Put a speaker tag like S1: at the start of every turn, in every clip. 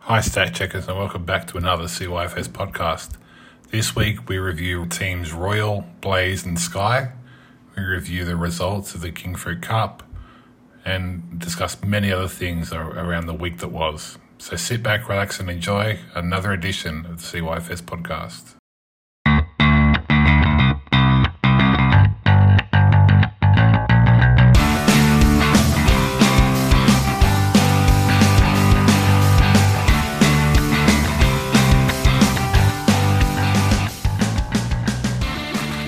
S1: Hi, stat checkers, and welcome back to another CYFS podcast. This week we review teams Royal, Blaze, and Sky. We review the results of the King Fruit Cup and discuss many other things ar- around the week that was. So sit back, relax, and enjoy another edition of the CYFS podcast.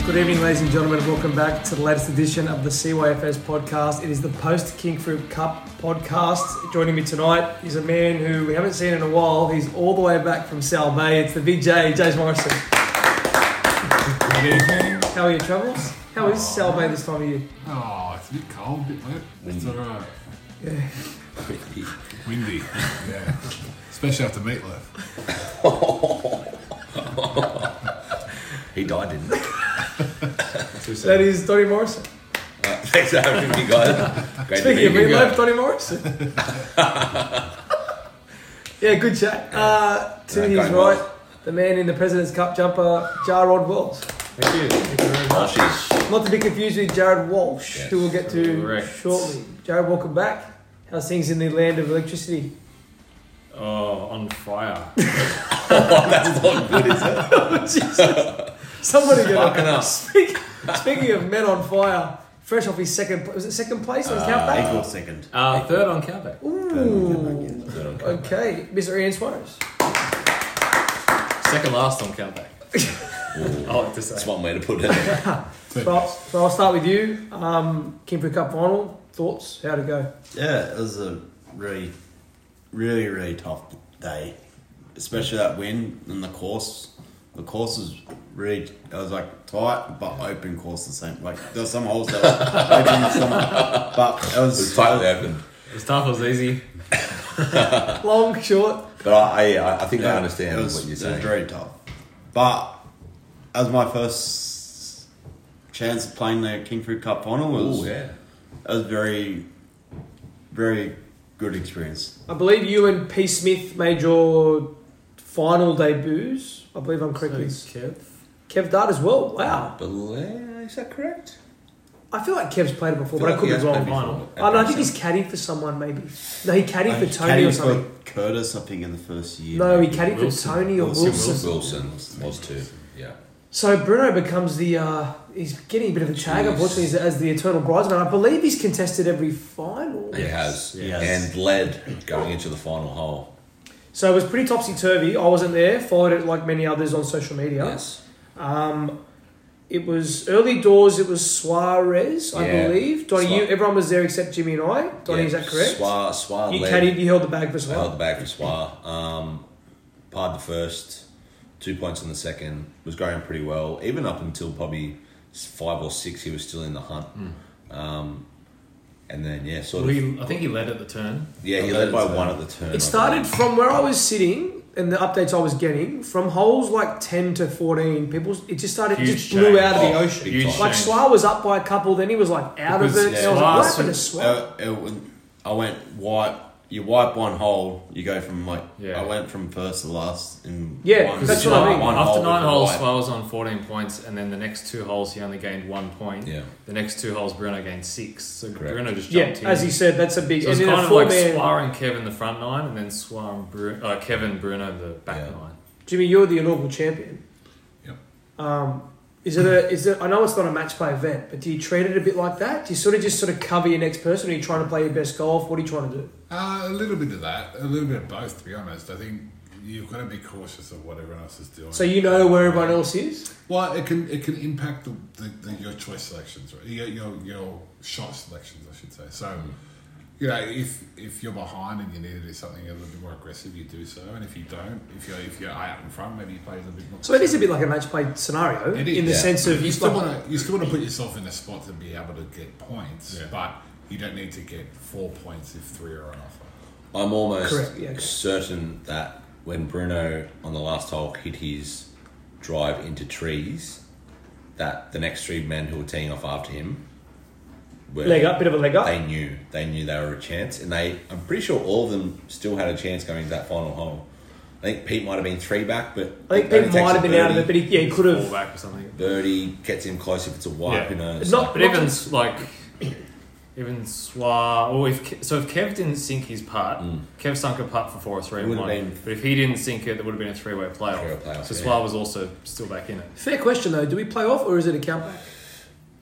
S2: Good evening, ladies and gentlemen. Welcome back to the latest edition of the CYFS podcast. It is the post King Fruit Cup podcast. Joining me tonight is a man who we haven't seen in a while. He's all the way back from Sal Bay. It's the big J, James Morrison.
S3: Good evening.
S2: How are your travels? How is Sal Bay this time of year?
S3: Oh, it's a bit cold, a bit wet. It's alright.
S1: Windy.
S3: Yeah. Especially after meatloaf.
S4: He died, didn't he?
S2: That is Donny Morrison.
S4: Thanks for having me, guys. Great
S2: Speaking of
S4: to be here.
S2: meatloaf, Donny Morrison. yeah, good chat. Uh, to
S4: Yeah,
S2: his
S4: going well.
S2: right, the man in the President's Cup jumper, Jarrod Wells.
S4: Oh, she's-
S2: Not to be confused with Jared Walsh,
S4: Yes,
S2: who we'll get to
S5: correct.
S2: shortly. Jared, welcome back. How's things in the land of electricity?
S5: Oh, on fire.
S4: That's not good, is it?
S2: Somebody get
S4: Fucking up.
S2: Speak, speaking of men on fire, fresh off his second, was it second place on countback?
S4: Equal second.
S5: Uh, third on comeback.
S2: Ooh.
S4: Good on Kate.
S2: Okay, Mr. Ian Suarez.
S5: Second last on comeback. I like to
S4: That's
S5: say.
S4: one way to put it.
S3: Two
S2: So, I'll-
S3: minutes.
S2: so I'll start with you. Um, Kingford Cup final thoughts? How to go?
S6: Yeah, it was a really, really, really tough day, especially that win and the course. The course was really, it was like tight but open course the same. Like there were some holes that were open, some, but it
S4: It was
S6: was
S4: tightly open.
S5: It was tough, it was easy.
S2: Long, short.
S4: But I, I, I think I
S6: Yeah,
S4: understand
S6: it was-
S4: what you're
S6: It was
S4: saying.
S6: very tough, but as my first chance of playing the King Fruit Cup final was,
S4: Oh, yeah.
S6: it was very, very good experience.
S2: I believe you and P. Smith made your final debuts. I believe I'm correct. with Kev Dart as well. Wow.
S4: Bel- Is that correct?
S2: I feel like Kev's played it before,
S4: Feel
S2: but I
S4: like
S2: could be
S4: he has
S2: wrong.
S4: played before.
S2: I, don't know, I think
S4: Okay,
S2: he's caddying for someone, maybe. No, he caddied for
S6: He
S2: Tony
S6: caddied
S2: or something.
S6: for Curtis, I think, in the first year.
S2: no, he
S6: maybe.
S2: caddied
S5: Wilson.
S2: for Tony or Wilson.
S6: Wilson,
S4: Wilson. Wilson was too. Yeah.
S2: So Bruno becomes the. Uh, he's getting a bit of a tag, unfortunately, as, as the eternal bridesman. I believe he's contested every final.
S4: He has.
S6: Yes.
S4: And led going into the final hole.
S2: So it was pretty topsy turvy. I wasn't there, followed it like many others on social media.
S4: Yes.
S2: Um, it was early doors, it was Suarez, I
S4: Yeah.
S2: believe. Donny,
S4: Suar-
S2: you, everyone was there except Jimmy and I. Donny,
S4: Yeah.
S2: is that correct?
S4: Swa, Swa
S2: you
S4: led.
S2: caddied, you held the bag for
S4: I held
S2: Suarez.
S4: the bag for Spa. Um, parred the first, two points in the second. Was going pretty well, even up until probably s- five or six. He was still in the hunt.
S2: Hmm.
S4: Um, and then yeah, sort
S5: Well,
S4: of
S5: he, I think he led at the turn.
S4: yeah,
S2: Oh,
S4: he led
S2: uh,
S4: by one at the turn. I
S2: It started
S4: think.
S2: from where I was sitting and the updates I was getting from holes like 10 to 14. People, it just started, it
S5: Huge
S2: just blew
S5: change.
S2: out of the
S4: Oh,
S2: ocean.
S4: big
S5: Huge
S4: time.
S2: Like
S5: change.
S2: Swa was up by a couple, then he was like out
S5: Because
S2: of it. and I was like, what
S5: Swa
S2: happened to
S5: seemed-
S2: Swa?
S6: Uh, it was- I went wipe. You wipe one hole, you go from like.
S5: Yeah.
S6: I went from first to last in.
S2: Yeah,
S6: one,
S2: that's
S6: one,
S2: what I mean.
S6: one
S5: After
S6: hole
S5: nine
S6: with a
S5: holes,
S6: wipe.
S5: Swell was on 14 points, and then the next two holes, he only gained one point.
S4: Yeah.
S5: The next two holes, Bruno gained six. So
S4: Correct.
S5: Bruno just
S2: yeah,
S5: jumped in.
S2: as he said, that's a big.
S5: so it
S2: and
S5: was
S2: then
S5: kind
S2: a
S5: of like
S2: four-man.
S5: Swar and Kev in the front nine, and then Swar and Bruno, uh, Kevin Bruno in the back
S4: Yeah.
S5: nine.
S2: Jimmy, you're the inaugural champion.
S1: Yep.
S2: Um, is it a? Is it? I know it's not a match play event, but do you treat it a bit like that? Do you sort of just sort of cover your next person? Are you trying to play your best golf? What are you trying to do?
S1: Uh, a little bit of that, a little bit of both, to be honest. I think you've got to be cautious of what everyone else is doing.
S2: So you know where everyone else is.
S1: Well, it can it can impact the, the, the your choice selections, right? Your, your your shot selections, I should say. So,
S2: Mm.
S1: you know, if if you're behind and you need to do something a little bit more aggressive, you do so. And if you don't, if you're if you're out in front, maybe you play a little bit more.
S2: So it is a bit like a match play scenario
S1: It is,
S2: in the
S1: yeah.
S2: sense of
S1: You
S2: you
S1: still want to you still want to put yourself in a spot to be able to get points, but you don't need to get four points if three are on offer.
S4: I'm almost
S2: Correct, yeah, okay.
S4: certain that when Bruno on the last hole hit his drive into trees, that the next three men who were teeing off after him were
S2: Leg up, bit of a leg up.
S4: They knew they knew they were a chance, and they I'm pretty sure all of them still had a chance going into that final hole. I think Pete might have been three back, but
S2: I think
S4: it only
S2: Pete
S4: takes
S2: might
S4: a
S2: have been out of it, but
S4: birdie.
S2: he, yeah, he could have.
S5: Fullback or something.
S4: birdie gets him close if it's a wipe.
S5: Yeah.
S4: You know,
S2: It's
S4: so-
S2: not-
S5: But even s- like even Swa or if Ke- so if Kev didn't sink his putt,
S4: Mm.
S5: Kev sunk a putt for four or three
S6: It
S5: and
S6: would've
S5: one.
S6: been-
S5: But if he didn't sink it, there would have been a three way playoff.
S4: Three-way playoff,
S5: so
S4: yeah.
S5: Swa was also still back in it.
S2: Fair question though. Do we play off or is it a countback?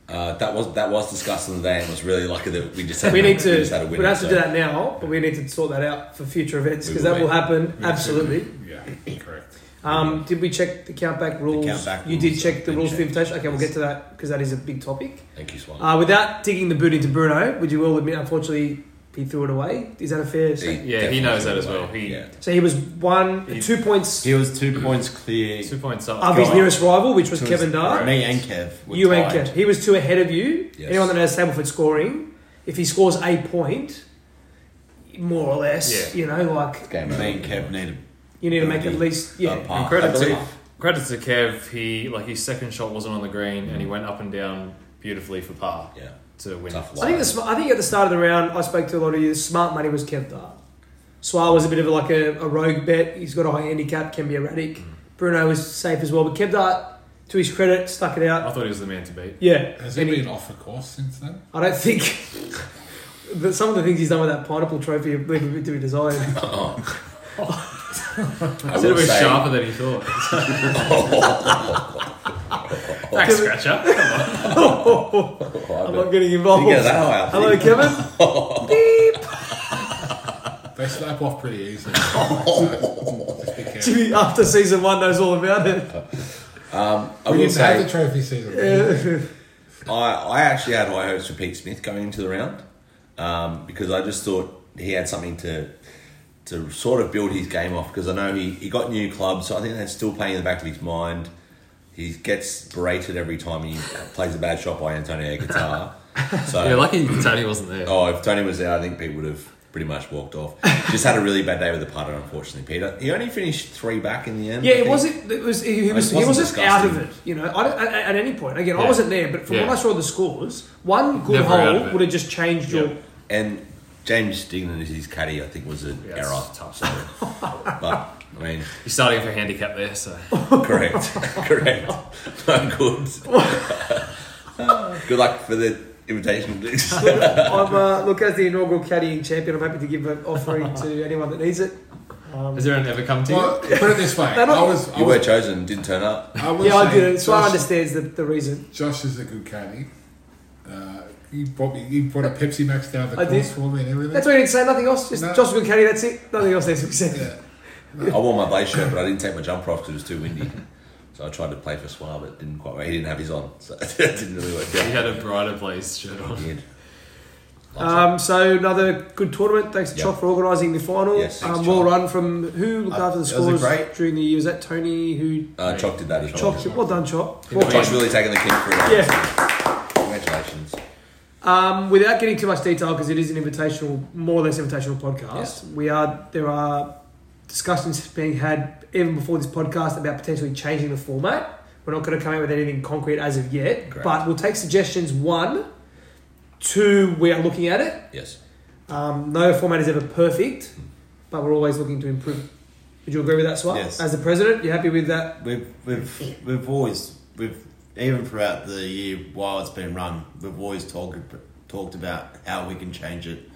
S4: Uh, that was that was discussed on the day, and was really lucky that we just had
S2: We need
S4: we
S2: to.
S4: just had a
S2: We
S4: winner,
S2: don't have to
S4: so-
S2: do that now, but we need to sort that out for future events
S4: We
S2: because
S4: will,
S2: that will
S4: mate.
S2: happen. Absolutely.
S1: Yeah, correct.
S2: Um, did we check the countback rules?
S6: countback
S2: you did
S6: rules,
S2: check the
S6: I
S2: rules for
S6: did check.
S2: invitation. Okay, we'll get to that because that is a big topic.
S4: Thank you, Swan.
S2: Uh, without digging the boot into Bruno, would you all admit, unfortunately, he threw it away? Is that a fair statement?
S5: Yeah, he
S4: definitely
S5: knows that
S4: threw
S5: as
S4: away.
S5: well. He-
S4: yeah.
S2: So he was one,
S5: He-
S2: two points
S6: He was two points clear.
S5: Two points up.
S2: of his
S6: God.
S2: nearest rival, which was
S6: to
S2: Kevin
S6: his-
S2: Dart.
S6: Me and Kev. were
S2: You and
S6: tied.
S2: Kev. He was two ahead of you.
S4: Yes.
S2: Anyone that knows Stableford scoring, if he scores a point, more or less, you know, like
S4: Game
S6: Me and
S4: over.
S6: Kev needed
S2: you need to make at least yeah.
S4: uh,
S6: a
S5: And
S6: par. I
S5: credit
S6: believe.
S5: to credit to Kev, he like his second shot wasn't on the green and he
S4: Mm.
S5: went up and down beautifully for par
S4: Yeah,
S5: to win.
S4: tough
S2: I think the,
S4: life.
S2: sm- I think at the start of the round, I spoke to a lot of you. The smart money was Kev Dart. Swar was a bit of like a, a rogue bet. He's got a high handicap, can be erratic. Bruno was safe as well, but Kev Dart, to his credit, stuck it
S5: I
S2: out.
S5: thought he was the man to beat.
S2: Yeah,
S7: Has he
S2: And he-
S7: been off the course since then?
S2: I don't think that some of the things he's done with that pineapple trophy leave a bit to be desired.
S4: I
S5: I said it
S4: will
S5: was
S4: say,
S5: sharper than he thought. Thanks, Scratcher.
S2: I'm not getting involved.
S4: you get that high up.
S2: Hello, Kevin.
S1: They slap off pretty easily. So, just be careful.
S2: Jimmy, after season one, knows all about it.
S4: I
S1: We
S4: will
S1: didn't have
S4: say,
S1: the trophy season.
S4: I, I actually had high hopes for Pete Smith going into the round um, because I just thought he had something to to sort of build his game off because I know he, he got new clubs, so I think that's still playing in the back of his mind. He gets berated every time he plays a bad shot by Antonio Guitar. So
S5: Yeah, lucky Tony wasn't there.
S4: Oh, if Tony was there, I think Pete would have pretty much walked off. Just had a really bad day with the putter, unfortunately, Peter. He only finished three back in the end.
S2: Yeah,
S4: I
S2: it
S4: think.
S2: wasn't. It was. He, he was.
S4: It
S2: he
S4: wasn't
S2: wasn't out of it.
S4: disgusting.
S2: You know, I, don't- at, at any point. Again, I
S5: Yeah.
S2: wasn't there, but from
S5: Yeah.
S2: what I saw the scores, one good
S5: Never out of
S2: hole
S5: it.
S2: would have just changed your.
S4: And James Dignan is his caddy, I think, was an
S5: Yeah,
S4: error.
S5: it's tough.
S4: So, but I mean,
S5: You're starting for handicap there, so
S4: correct, correct, no good. good luck for the invitation.
S2: I'm, uh, look, as the inaugural caddying champion, I'm happy to give an offering to anyone that needs it. Um,
S5: has anyone ever come to
S1: Well, put it this way.
S2: They're not-
S1: I was. I
S4: you were
S1: was,
S4: chosen, didn't turn up.
S1: I was
S2: Yeah, I
S1: saying
S2: did. So I
S1: Josh-
S2: understands the, the reason.
S1: Josh is a good caddy. Uh, he brought me. He brought a Pepsi Max down the
S2: I
S1: course
S2: did.
S1: for me and everything.
S2: That's why I didn't say nothing else. Just
S1: No.
S2: Josh good caddy. That's it. Nothing else needs to be said.
S1: yeah.
S4: I wore my blaze shirt, but I didn't take my jumper off because it was too windy. So I tried to play for Swar, but it didn't quite work. He didn't have his on, so it didn't really work
S5: you?
S4: out.
S5: He had a brighter blaze shirt on.
S4: Weird.
S2: Um, so another good tournament. Thanks,
S4: Yeah.
S2: Chop, for organising the final.
S4: Yes, thanks,
S2: um, well
S4: Chop.
S2: run from who looked
S6: Uh,
S2: after the
S6: that was a
S2: scores
S6: great-
S2: during the year. Was that Tony who?
S4: Uh, Chalk did that as well.
S2: Chop, well done, Chop.
S4: Well,
S2: Well
S4: Josh
S2: done.
S4: really taking the king for it.
S2: Yeah.
S4: Congratulations.
S2: Um, without getting too much detail, because it is an invitational, more or less invitational podcast. We are there are discussions being had even before this podcast about potentially changing the format. We're not going to come out with anything concrete as of yet,
S4: Correct.
S2: but we'll take suggestions. One, two, we are looking at it.
S4: Yes.
S2: Um, no format is ever perfect, but we're always looking to improve. Would you agree with that, Swat?
S6: Yes.
S2: As the president, you happy with that?
S6: We've we've we've always we've even throughout the year while it's been run, we've always talked talked about how we can change it.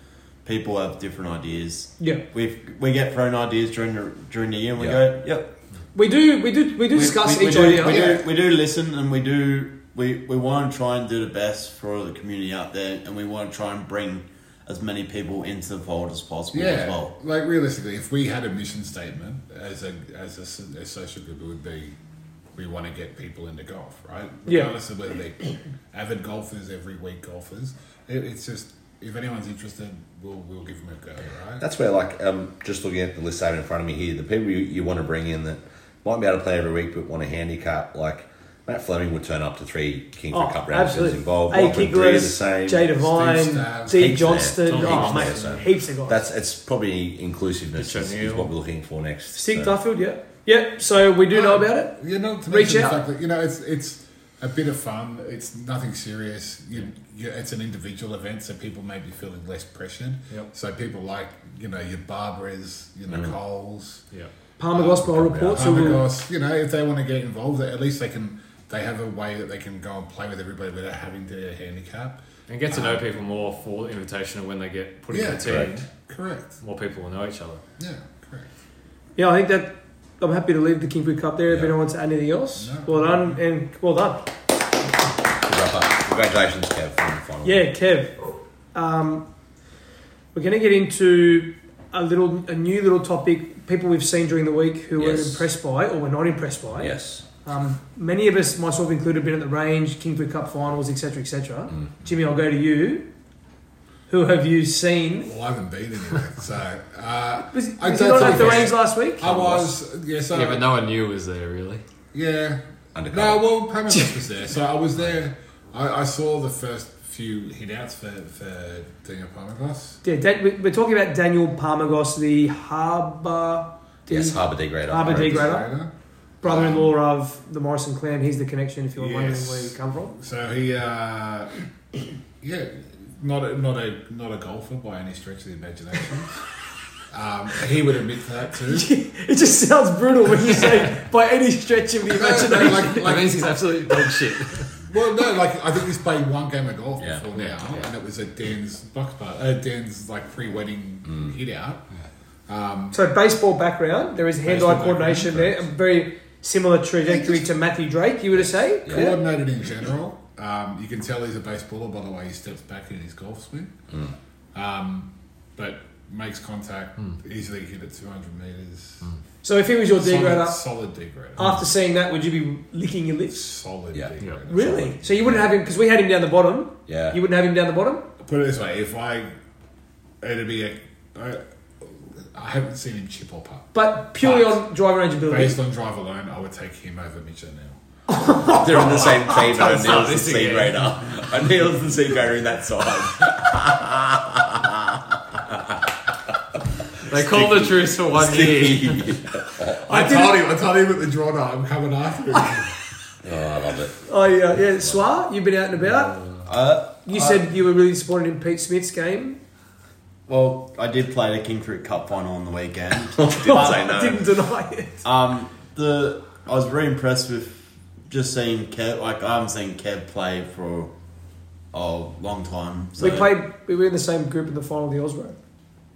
S6: People have different ideas.
S2: Yeah.
S6: We we get thrown ideas during the during the year, and we
S4: Yeah.
S6: go, yep.
S2: We do. We do. We do
S6: We-
S2: discuss
S6: we- we
S2: each
S6: do-
S2: idea.
S6: We
S2: Yeah.
S6: do we do listen, and we do we we want to try and do the best for the community out there, and we want to try and bring as many people into the fold as possible
S1: Yeah,
S6: as well.
S1: like realistically, if we had a mission statement as a as a, s- a social group, it would be we want to get people into golf, right?
S2: Yeah.
S1: Regardless of whether they're avid golfers, every week golfers, it, it's just if anyone's interested, we'll we'll give them a go, right?
S4: That's where, like, um, just looking at the list I have in front of me here, the people you, you want to bring in that might be able to play every week but want a handicap, like Matt Fleming would turn up to three King for
S2: Oh,
S4: Cup rounds and is
S2: absolutely.
S4: involved.
S2: A.
S4: Lachlan Greer the same.
S2: Kiglis, Jay
S1: Steve
S2: Devine,
S1: Stabs,
S2: D.
S4: heaps there.
S2: Johnston.
S5: Heaps
S2: Oh,
S4: there,
S2: mate,
S4: so.
S2: heaps of guys.
S4: That's it's probably inclusiveness
S5: Mitch
S4: is, is
S5: O'Neill.
S4: what we're looking for next.
S2: Sig
S4: so.
S2: Duffield. Yeah. Yeah. So we do know about it.
S1: You know, to
S2: Reach
S1: me, it's
S2: out.
S1: Like, you know, it's it's a bit of fun. It's nothing serious. You, you, it's an individual event, so people may be feeling less pressured.
S5: Yep.
S1: So people like you know your Barbaras, your
S6: Mm.
S1: Nicoles,
S5: Yeah.
S2: Palmer Gospel Report. So we'll,
S1: Harmagos. You know, if they want to get involved, at least they can. They have a way that they can go and play with everybody without having their handicap.
S5: And get to know people more for the invitational when they get put in
S1: Yeah,
S5: the team.
S1: Correct.
S5: More people will know each other.
S1: Yeah, correct.
S2: yeah, I think that I'm happy to leave the King Food Cup there. If
S1: Yeah.
S2: anyone wants to add anything else,
S1: No.
S2: well done and well done.
S4: Wrap up. Congratulations, Kev, for the final.
S2: Yeah, Kev. Um, we're going to get into a little, a new little topic. People we've seen during the week who
S4: Yes.
S2: were impressed by or were not impressed by.
S4: Yes.
S2: Um, many of us, myself included, been at the range, Kingford Cup finals, etc., etc.
S4: Mm.
S2: Jimmy, I'll go to you. Who have you seen?
S1: Well, I haven't been anywhere, so uh,
S2: Was,
S1: I
S2: was you
S1: don't
S2: not at the
S1: think-
S2: range last week?
S1: I was. Yeah, so
S5: Yeah, but no one knew was there really.
S1: Yeah.
S4: Undercover.
S1: No, well, Pamela was there. So I was there. I, I saw the first few hit outs for, for Daniel Palmagos.
S2: Yeah, Dan, we- we're talking about Daniel Palmagos, the harbour
S4: Yes, Harbour degrader.
S2: Harbour
S4: Correct.
S2: degrader. brother-in-law of the Morrison clan. He's the connection. If you're wondering
S1: Yes.
S2: where you come from,
S1: So he, uh, yeah, not a, not a not a golfer by any stretch of the imagination. um, he would admit to that too.
S2: it just sounds brutal when you say by any stretch of the
S1: No, no,
S2: imagination.
S1: like,
S5: That means
S1: like,
S5: he's absolutely dog shit.
S1: well, no, like I think he's played one game of golf
S4: Yeah.
S1: before now, and it was at Dan's box part, uh, Dan's like pre-wedding hit out.
S2: So baseball background, there is hand-eye
S1: Baseball
S2: coordination there, a very similar trajectory to Matthew Drake, you would have say. Yeah.
S1: coordinated in general. Um, you can tell he's a baseballer by the way he steps back in his golf swing, um, but makes contact easily hit at 200 meters.
S2: So if he was your
S1: Solid,
S2: degrader,
S1: solid degrader.
S2: after seeing that, would you be licking your lips?
S1: solid
S4: Yeah.
S1: degrader.
S2: Really? So you wouldn't have him because we had him down the bottom.
S4: Yeah.
S2: You wouldn't have him down the bottom.
S1: Put it this way: if I, it'd be a, I, I haven't seen him chip or putt.
S2: But purely
S1: But-
S2: on driver range ability.
S1: Based on drive alone, I would take him over Mitch O'Neill.
S4: They're on the same team, but
S5: That's not
S4: O'Neill's the
S5: this
S4: sea
S5: again.
S4: grader. O'Neill's the sea grader in that side.
S5: They called the truce for one year.
S4: oh,
S1: I, told him. I told him at the draw night, I'm coming after him.
S4: I love it.
S2: Oh yeah, yeah. Swa, you've been out and about.
S6: Uh,
S2: You said you were really disappointed in Pete Smith's game.
S6: well, I did play the King Fruit Cup final on the weekend.
S4: Didn't say no.
S2: Didn't deny it.
S6: Um, the I was really impressed with just seeing Kev. Like I haven't seen Kev play for a long time. So.
S2: We played. We were in the same group in the final of the Osro. I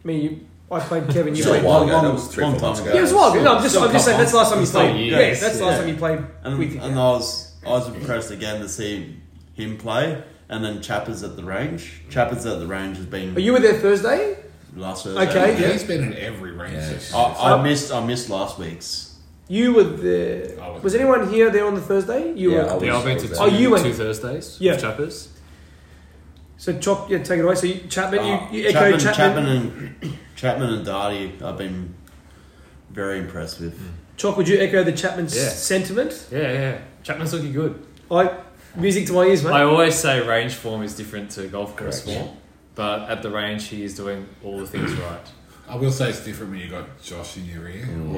S2: mean, you, I played Kevin. You
S4: Still
S2: played.
S4: a while ago.
S6: long-
S4: That was three,
S6: long
S4: four months
S6: time
S4: ago.
S6: ago.
S2: Yeah, it was wild. No, I'm just,
S6: Still
S2: I'm just
S6: a
S2: saying that's the last time you
S5: Still
S2: played. Yeah,
S5: years.
S2: that's the last
S6: Yeah.
S2: time you played
S6: And,
S2: with him.
S6: and I was I was impressed again to see him play, and then Chappers at the range. Chappers at the range has been
S2: But you were there Thursday.
S6: last Thursday.
S2: Okay, yeah.
S1: He's been in every range
S4: Yeah.
S1: session.
S6: I, I missed I missed last week's.
S2: You were there.
S1: I was-
S2: Was anyone here there on the Thursday? You
S4: Yeah,
S2: were.
S4: I was-
S5: Yeah, I've been to two,
S4: was
S2: Oh, you went-
S5: two Thursdays.
S2: Yeah.
S5: with Chappers.
S2: So chop. Yeah, take it away. So you, Chapman,
S6: Uh,
S2: you, you echoed Chapman.
S6: Chapman, Chapman and Chapman and Darty. I've been very impressed with.
S2: Chalk, would you echo the Chapman s-
S5: Yeah.
S2: sentiment?
S5: Yeah, yeah. Chapman's looking good.
S2: I music to my ears, mate.
S5: I always say range form is different to golf course
S4: Correct.
S5: form, but at the range he is doing all the things right.
S1: I will say it's different when you got Josh in your ear
S4: Mm.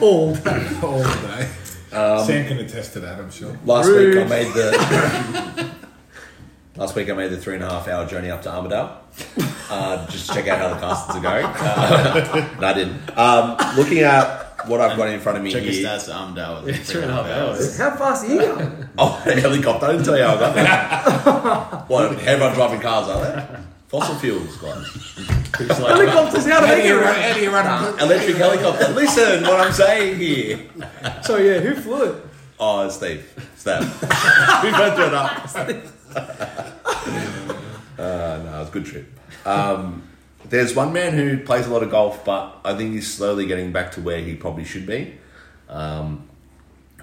S1: all day.
S2: All
S1: all day.
S4: Um,
S1: Sam can attest to that, I'm sure.
S4: Last
S2: Rude.
S4: week I made the last week I made the three and a half hour journey up to Armadale. Uh, just to check out how the castles are going. Uh, no, I didn't. Um, looking at what I've got in front of me
S6: Check his
S4: here.
S6: stats at Armadale.
S5: Yeah, three and a half hours.
S2: how fast are you going?
S4: Oh, a helicopter! I didn't tell you how I got there. what? Everyone driving cars are there? Fossil fuels, guys.
S5: Who's like,
S2: Helicopters out of here.
S1: How do you run
S4: Electric helicopter. Listen, what I'm saying here.
S2: So yeah, who flew it?
S4: Oh, it's Steve. Stab. we both went up. uh, no, it was a good trip. Um, there's one man who plays a lot of golf, but I think he's slowly getting back to where he probably should be, um,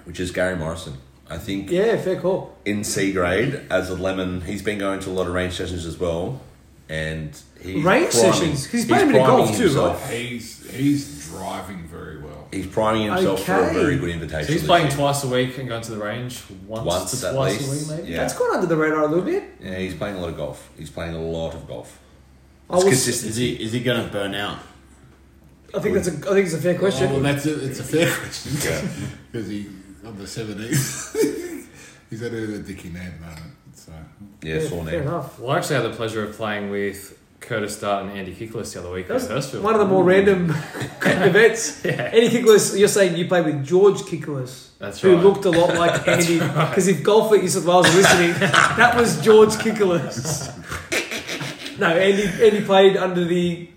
S4: which is Gary Morrison. I think
S2: Yeah, fair call.
S4: in C grade as a lemon, he's been going to a lot of range sessions as well, and he's
S2: Range
S4: priming-
S2: sessions? 'Cause he's playing a bit of
S4: priming
S2: golf too,
S4: himself.
S1: He's he's driving very well.
S4: He's priming himself for a
S2: Okay.
S4: very good invitation.
S5: he's
S4: this
S5: playing
S4: year.
S5: twice a week and going to the range once,
S4: once
S5: to
S4: at
S5: twice
S4: least.
S5: a week, maybe.
S4: Yeah.
S2: That's gone under the radar a little bit.
S4: Yeah, he's playing a lot of golf. He's playing a lot of golf.
S2: I
S4: It's
S2: was-
S6: Is
S4: consistent.
S6: he is he going to burn out?
S2: I think that's a. I think it's a fair
S1: Oh, well,
S2: question.
S1: that's a, it's a fair question because he of the seventies. He's had a dicky name at the moment, so
S4: Yeah,
S2: Yeah,
S4: saw
S2: Fair
S4: name.
S2: enough.
S5: Well, I actually had the pleasure of playing with Curtis Dart and Andy Kiklis the other week at
S2: That's
S5: Hurstville.
S2: One of the more random events.
S5: Yeah.
S2: Andy Kiklis, you're saying you played with George Kiklis,
S5: That's
S2: who
S5: right.
S2: looked a lot like Andy. Because if golfer New South Wales are listening, that was George Kiklis. no, Andy. Andy played under the.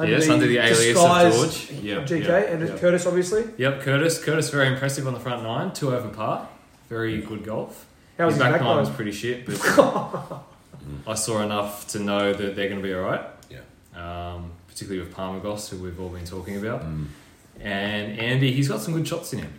S5: yes, under the alias of
S2: disguise
S5: George. Yeah,
S2: of GK
S5: yeah,
S2: and
S5: yeah.
S2: Curtis, obviously.
S5: Yep, Curtis. Curtis very impressive on the front nine, two over par, very
S4: Mm.
S5: good golf.
S2: How was his back
S5: nine was
S2: line?
S5: pretty shit, but I saw enough to know that they're going to be all right.
S4: Yeah.
S5: Um, particularly with Palmagos, who we've all been talking about, and Andy, he's got some good shots in him.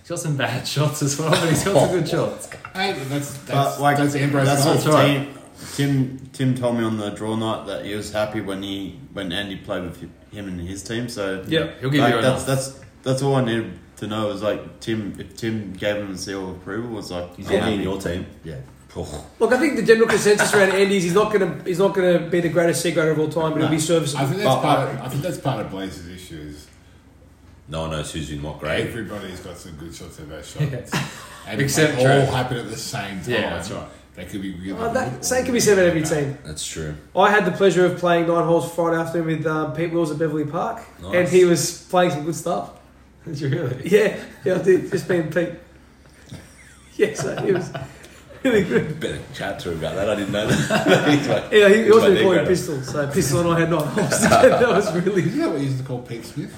S5: He's got some bad shots as well, but he's got some good shots.
S1: hey, but that's that's
S6: But like
S1: that's Ambrose.
S6: That's
S1: goal.
S6: what Tim, Tim Tim told me on the draw night that he was happy when he when Andy played with hi- him and his team. So
S5: Yeah, he'll give
S6: like,
S5: you
S6: that's,
S5: enough.
S6: that's that's all I needed to know is like Tim if Tim gave him the seal of approval was like
S4: He's
S6: I'm
S4: yeah. in
S6: happy.
S4: your team.
S6: yeah.
S4: Oh,
S2: Look, I think the general consensus around Andy is he's not gonna he's not gonna be the greatest sea grader of all time, but he'll be serviceable.
S1: I think that's part. Of, I think that's part of Blaze's issue. Is
S4: No, no, Susie, not great.
S1: everybody's got some good shots and bad shots, and
S5: Except
S1: if they all
S5: Trent.
S1: happen at the same time.
S5: Yeah, that's right.
S1: They could be really.
S2: Uh,
S1: good
S2: that,
S1: or
S2: same can be said about every team.
S4: That's true.
S2: I had the pleasure of playing nine holes Friday afternoon with um, Pete Wills at Beverly Park,
S4: Nice.
S2: and he was playing some good stuff.
S5: Did you really?
S2: Yeah, yeah, I did. Just being Pete. Yeah, so it was really good.
S4: Better chat to him about that. I didn't know that. He's like-
S2: Yeah, he, he
S4: he's
S2: also
S4: like,
S2: been calling
S4: "They're great."
S2: Pistol, so Pistol and I had nine holes. together. that was really
S1: Isn't that what you used to call Pete Smith?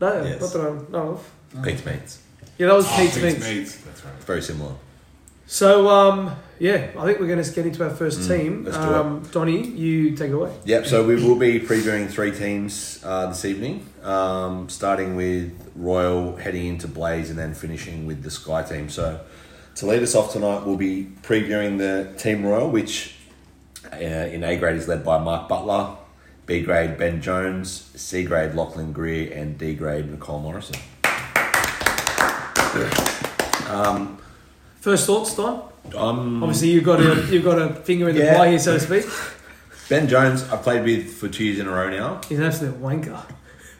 S2: no,
S4: Yes.
S2: not that I know of.
S4: Pete's mates.
S2: Yeah, that was
S1: Oh,
S2: Pete's
S1: Pete's
S2: meets.
S1: Meats, That's right.
S4: Very similar.
S2: So um, yeah, I think we're going to get into our first team.
S4: Mm, let's do it.
S2: um, Donny, you take it away.
S4: Yep, so we will be previewing three teams uh, this evening, um, starting with Royal, heading into Blaze, and then finishing with the Sky team. So to lead us off tonight, we'll be previewing the Team Royal, which uh, in A grade is led by Mark Butler, B grade Ben Jones, C grade Lachlan Greer, and D grade Nicole Morrison.
S2: First thoughts, Don.
S4: Um,
S2: Obviously, you've got a you've got a finger in the
S4: Yeah.
S2: pie here, so to speak.
S4: ben Jones, I've played with for two years in a row now,
S2: He's an absolute wanker.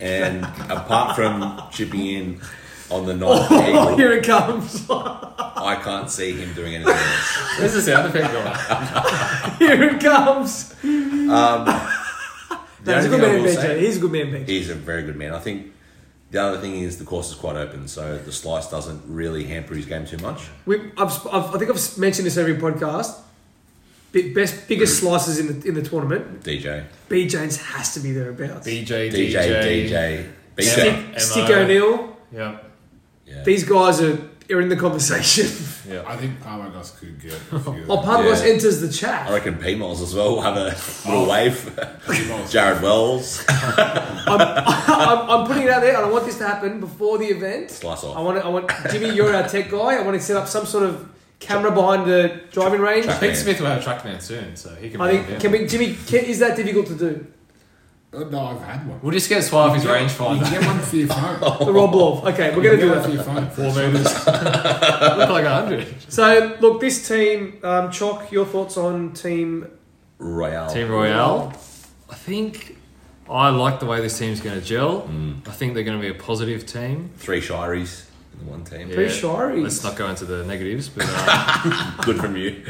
S4: and apart from chipping in on the ninth
S2: Oh,
S4: eagle,
S2: here it comes.
S4: I can't see him doing anything else.
S5: Where's the sound effect going?
S2: Here it comes.
S4: The
S2: He's a
S4: Um,
S2: good
S4: only thing I
S2: man,
S4: will
S2: Benji.
S4: say-
S2: He's a good man, Benji.
S4: He's a very good man. I think the other thing is the course is quite open, so the slice doesn't really hamper his game too much.
S2: We, I've, sp- I've, I think I've mentioned this every podcast. Bi- Best,
S4: Mm.
S2: biggest slices in the in the tournament.
S4: DJ,
S2: B James has to be thereabouts.
S5: DJ,
S4: DJ, DJ,
S5: Yeah.
S4: BJ.
S5: MO.
S2: Stick O'Neill.
S5: Yeah,
S4: Yeah.
S2: These guys are are in the conversation.
S5: yeah.
S1: I think Palmagos could get a few.
S2: Oh, Pablos
S4: Yeah.
S2: enters the
S4: I
S2: chat.
S4: reckon P-Malls as well will have a
S5: Oh.
S4: little wave.
S1: P-Malls.
S4: Jared Wells.
S2: I'm, I'm, I'm putting it out there, and I want this to happen before the event.
S4: Slice off.
S2: I want. to- I want Jimmy. You're our tech guy. I want to set up some sort of camera behind the driving range.
S4: Chuck.
S5: Pete Smith will have a track man soon, so he can.
S2: I
S5: bring
S2: think
S5: it
S2: can
S5: down.
S2: we, Jimmy. Can, is that difficult to do?
S1: Oh, no, I've had one.
S5: We'll just get a swap of his
S2: Oh,
S1: You
S5: rangefinder.
S1: get one for your phone.
S2: The Rob Love. Okay, we're going to
S1: You
S2: do
S1: get one
S2: that.
S1: for your phone.
S5: Four meters. Look like a hundred.
S2: So, look, this team, um, Chalk, your thoughts on team?
S4: Royale.
S5: Team Royale. I think I like the way this team's going to gel. I think they're going to be a positive team.
S4: Three Shiries in the one team.
S5: Yeah.
S2: Pretty Shiries.
S5: Let's not go into the negatives, but uh,
S4: Good from you.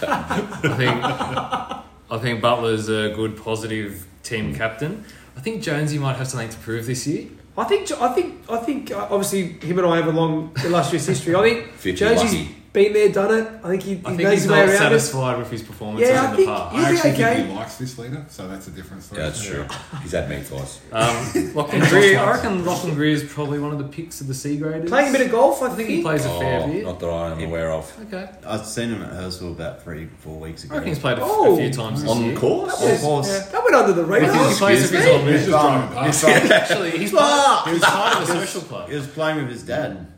S5: I think I think Butler's a good positive team captain. I think Jonesy might have something to prove this year.
S2: I think, I think, I think. uh, Obviously, him and I have a long, illustrious history. I think
S4: 50
S2: Jonesy's
S4: lucky.
S2: been there, done it. I think he,
S5: I
S2: he
S5: think
S2: knows
S5: he's
S2: his way
S5: not
S2: around it.
S5: satisfied with his performances
S2: Yeah, I
S5: in the
S2: think-
S5: past.
S2: You'll
S1: I
S2: be
S1: actually
S2: okay.
S1: think he likes this leader, so that's a different story.
S4: Yeah, that's true. He's had me twice.
S5: Um, Lachlan Greer, I reckon Lachlan Greer is probably one of the picks of the C graders.
S2: Playing a bit of golf, I
S5: I
S2: think.
S5: think he plays a fair
S4: Oh,
S5: bit.
S4: not that I'm aware of.
S5: Okay.
S6: I've seen him at Hurstville about three four weeks
S5: I
S6: ago.
S5: reckon he's played a, f- a
S2: Oh.
S5: few times this
S4: On
S5: year.
S4: course?
S6: Of course.
S2: Yeah, that went under the
S5: I think
S2: radar.
S5: he plays a
S4: Excuse
S5: bit on
S1: He's just driving past.
S5: Actually, he's part, he's part of a special club.
S6: He was playing with his dad.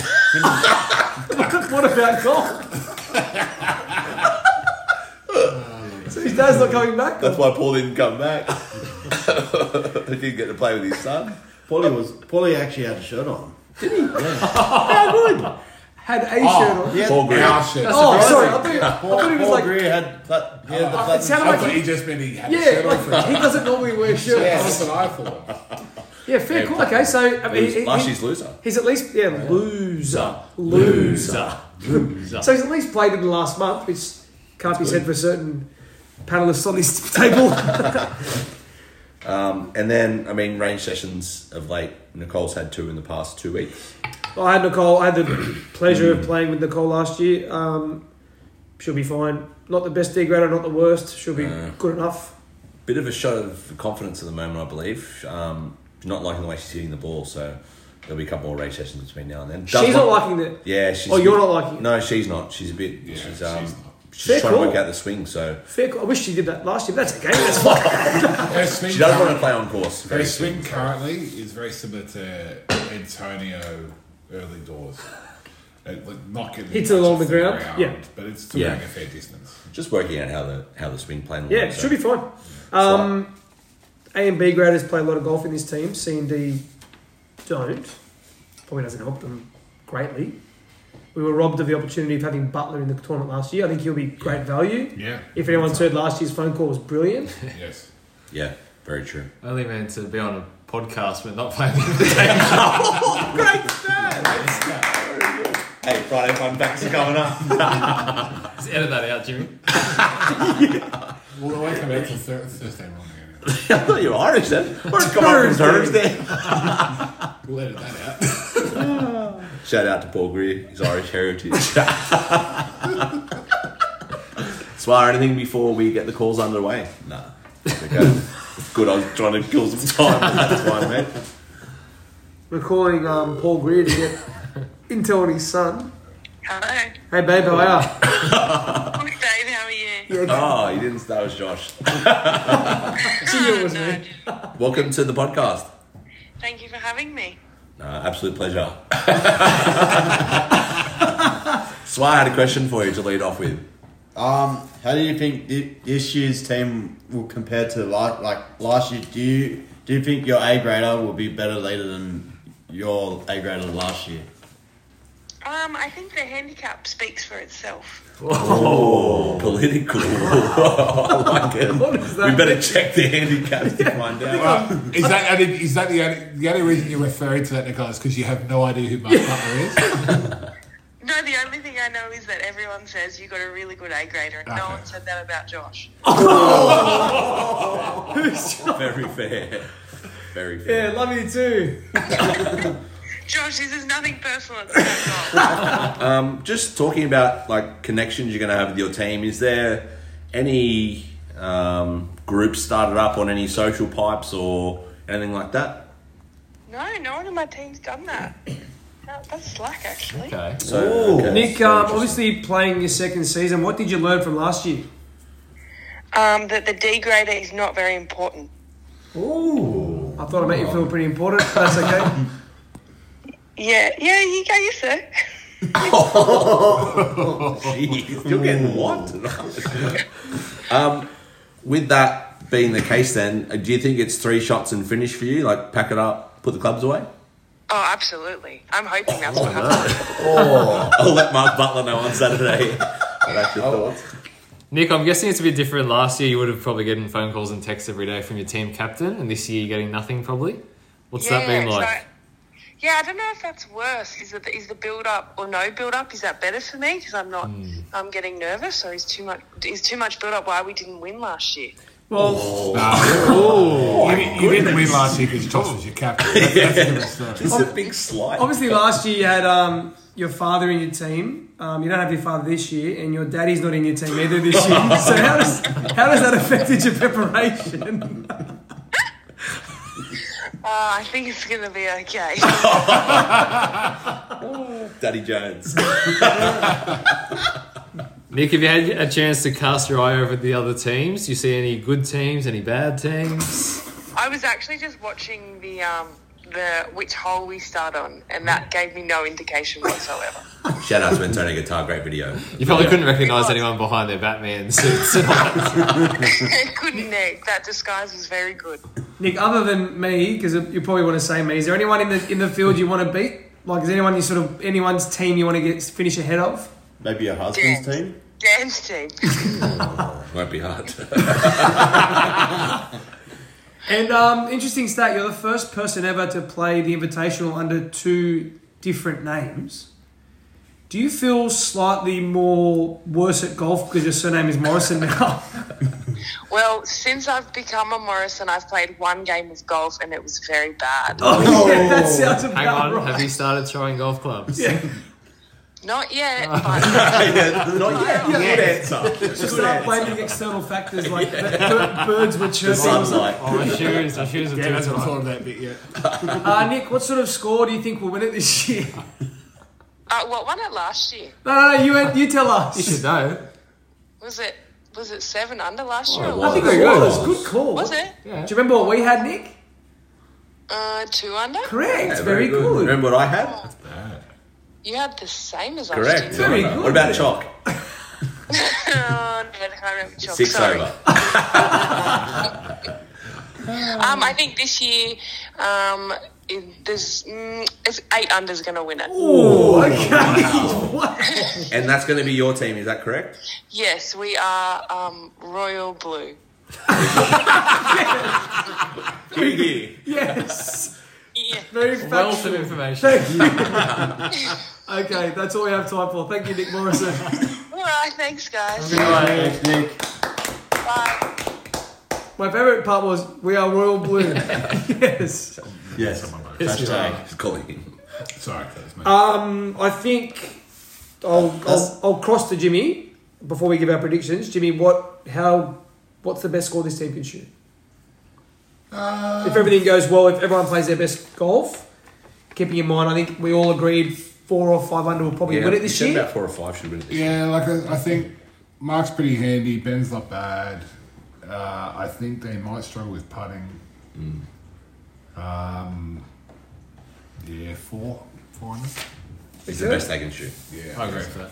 S2: what about golf? so his dad's not coming back.
S4: That's why Paul didn't come back. he did get to play with his son.
S6: Paulie was Paulie actually had a shirt on.
S2: How good? Had a shirt on.
S6: Yeah.
S4: Paul Green.
S1: Our shit.
S2: Oh,
S6: surprising.
S2: sorry. I thought, I thought he was
S6: Paul
S2: like
S6: Greer had, plat- he had the
S2: Oh, it
S6: platinum
S2: sounded
S1: I
S2: like
S1: thought
S2: he,
S1: he just meant he had a
S2: yeah,
S1: shirt on for
S2: like he doesn't normally wear shirts.
S1: That's what I thought.
S2: Yeah, fair
S4: Yeah,
S2: call. Okay, so I mean,
S4: Lose,
S2: he- he-
S4: last year's loser.
S2: he's at least yeah, loser, loser.
S5: Loser. Loser.
S2: So he's at least played in the last month, which can't be said for certain panelists on this table.
S4: Um, and then, I mean, range sessions of late. Nicole's had two in the past two weeks.
S2: Well, I had Nicole. I had the pleasure of playing with Nicole last year. Um, she'll be fine. Not the best D grader, not the worst. She'll be
S4: Uh.
S2: good enough.
S4: Bit of a shot of confidence at the moment, I believe. Um, not liking the way she's hitting the ball, so there'll be a couple more range sessions between now and then. Does
S2: she's
S4: want-
S2: not liking it.
S4: Yeah, she's.
S2: Oh, you're not liking it.
S4: No, she's not. She's a bit.
S1: Yeah,
S4: she's um,
S1: she's
S4: she's,
S1: not.
S2: Fair
S4: trying
S2: call.
S4: to work out the swing, so
S2: Fair call. I wish she did that last year, but that's okay. That's fine.
S1: Her swing,
S4: she does want to
S1: current-
S4: play on course.
S1: her
S4: Very
S1: swing currently is very similar to Antonio early doors. It, like, not getting
S2: Hits
S1: much
S2: it along
S1: off
S2: the ground, yeah.
S1: but it's still
S4: Yeah.
S1: going a fair distance.
S4: Just working out how the how the swing plan.
S2: yeah,
S4: works, so.
S2: she'll be fine. Um, A and B graders play a lot of golf in this team. C and D don't. Probably doesn't help them greatly. We were robbed of the opportunity of having Butler in the tournament last year. I think he'll be great value.
S1: Yeah.
S2: If anyone's heard last year's phone call was brilliant.
S1: Yes.
S4: Yeah, very true.
S5: Only meant to be on a podcast but not playing.
S4: Hey, Friday fun facts are coming up.
S5: Just edit that out, Jimmy.
S1: Well, the way I come out to thir- Thursday morning. anyway.
S4: I thought you were Irish then. Where's come on Thursday?
S1: We'll edit that out.
S4: Shout out to Paul Greer, his Irish heritage.
S6: Swear anything before we get the calls underway.
S4: nah.
S6: Okay. Good, I was trying to kill some time. but That's fine, mate.
S2: We're calling um, Paul Greer to get intel on his son.
S8: Hello.
S2: Hey, babe, how are
S8: I'm Dave, how are you?
S2: you? Yeah,
S4: Oh, you didn't. That was Josh.
S2: she knew it was
S8: No,
S2: me.
S8: just-
S4: Welcome to the podcast.
S8: thank you for having me.
S4: Uh, absolute pleasure. so I had a question for you to lead off with.
S6: Um, how do you think thi- this year's team will compare to like like last year? Do you do you think your A grader will be better later than your A grader last year?
S8: Um, I think the handicap speaks for itself.
S4: Oh, political. I like it.
S2: What is that?
S4: We better check the handicaps to find out.
S1: Well, is that only, is that the only, the only reason you're referring to that, Nicola, is because you have no idea who Mark Butler is?
S8: No, the only thing I know is that everyone says you got a really good A grader, and no
S1: Okay.
S8: one said that about Josh.
S4: Very fair. Very fair.
S2: Yeah, love you too.
S8: Josh, this is nothing personal. It's about Josh.
S4: Um, just talking about like connections you're going to have with your team. Is there any um, groups started up on any social pipes or anything like that?
S8: No, no one in my team's done that. That- That's slack, actually.
S5: Okay.
S4: So, okay,
S2: Nick,
S4: very
S2: um,
S4: interesting.
S2: obviously playing your second season, what did you learn from last year?
S8: Um, that the D grader is not very important.
S2: Ooh. I thought I made you feel pretty important, but that's okay.
S8: Yeah, yeah, you go, you sir.
S4: Jeez, you're getting what? um, with that being the case, then uh, do you think it's three shots and finish for you? Like pack it up, put the clubs away.
S8: Oh, absolutely. I'm hoping that's what happens.
S4: I'll let Mark Butler know on Saturday. That's your
S2: Oh,
S4: thoughts.
S5: Nick, I'm guessing it's a bit different. Last year, you would have probably getting phone calls and texts every day from your team captain, and this year, you're getting nothing probably. What's that been
S8: so-
S5: like?
S8: yeah, I don't know if that's worse. Is it is the build up or no build up? Is that better for me because I'm not
S5: Hmm.
S8: I'm getting nervous, or is too much is too much build up why we didn't win last year?
S2: Well,
S5: Oh,
S1: you, didn't- you didn't win last year because Josh was your captain. That's, that's a different story.
S4: It's a big slide.
S2: obviously last year you had um, your father in your team. Um, you don't have your father this year, and your daddy's not in your team either this year. so how does how does that affect your preparation?
S8: Uh, I think it's gonna be okay.
S4: Daddy Jones.
S5: Nick, have you had a chance to cast your eye over the other teams? Do you see any good teams, any bad teams?
S8: I was actually just watching the um the which hole we start on, and that gave me no indication whatsoever.
S4: Shout out to Antonio Guitar, great video.
S5: You probably couldn't recognise anyone behind their Batman suits. Oh,
S8: it couldn't Nick. That disguise was very good.
S2: Nick, other than me, because you probably want to say me, is there anyone in the in the field you want to beat? Like, is anyone you sort of anyone's team you want to get finish ahead of?
S6: Maybe your husband's
S8: Yeah.
S6: team.
S8: Dan's team.
S4: Won't be hard.
S2: And um, interesting stat, you're the first person ever to play the Invitational under two different names. Do you feel slightly more worse at golf because your surname is Morrison now?
S8: Well, since I've become a Morrison, I've played one game of golf and it was very bad.
S2: yeah, that sounds about
S5: Hang on,
S2: right.
S5: have you started throwing golf clubs?
S8: Not yet, but
S4: Not yet.
S2: Start blaming external factors like that birds were chirping.
S4: Sunlight.
S5: Oh, my shoes, my shoes are
S1: Yeah, that's
S5: doing
S1: what I
S5: right.
S1: thought of that bit yet.
S2: Uh, Nick, what sort of score do you think will win it this year?
S8: uh, what won it last year?
S2: No, no, no, you, you tell
S5: You
S2: us.
S5: should know.
S8: Was it was it seven under last year? or
S4: wow.
S2: I
S8: was it-
S2: think it was. Good call.
S8: Was it
S5: Yeah.
S2: Do you remember what we had, Nick?
S8: uh, two under?
S2: Correct. very, good.
S4: Remember what I had?
S8: You had the same as us.
S4: Correct.
S8: didn't
S2: Very
S4: What
S2: good.
S4: about chalk?
S8: you? Oh, no, I can't remember. Chalk,
S4: Six
S8: sorry.
S4: over.
S8: Um, I think this year, um, it, there's mm, it's eight unders going to win it.
S2: Oh, okay. Wow.
S4: And that's going to be your team, is that correct?
S8: Yes, we are um, royal blue.
S2: Yes.
S8: Yeah.
S2: Very
S5: Wealth of
S2: factual.
S5: information.
S2: Thank you. okay, that's all we have time for. Thank you, Nick Morrison.
S8: All right. Thanks, guys.
S5: Anyway,
S8: Bye.
S2: My favourite part was we are royal blue. yes.
S6: Yes.
S5: this is right.
S4: Just calling him.
S1: Sorry, that's my
S5: Uh,
S2: Um, I think I'll, I'll I'll cross to Jimmy before we give our predictions. Jimmy, what how what's the best score this team can shoot?
S4: Uh,
S2: if everything goes well, if everyone plays their best golf, keeping in mind, I think we all agreed four or five under will probably win it
S4: you
S2: this
S4: said
S2: year.
S4: about four or five should win it this year.
S1: Yeah, like I, I think Mark's pretty handy. Ben's not bad. Uh, I think they might struggle with putting.
S5: Mm.
S1: Um, yeah, four, four hundred.
S4: It's the best they can shoot.
S1: Yeah,
S5: I agree with that.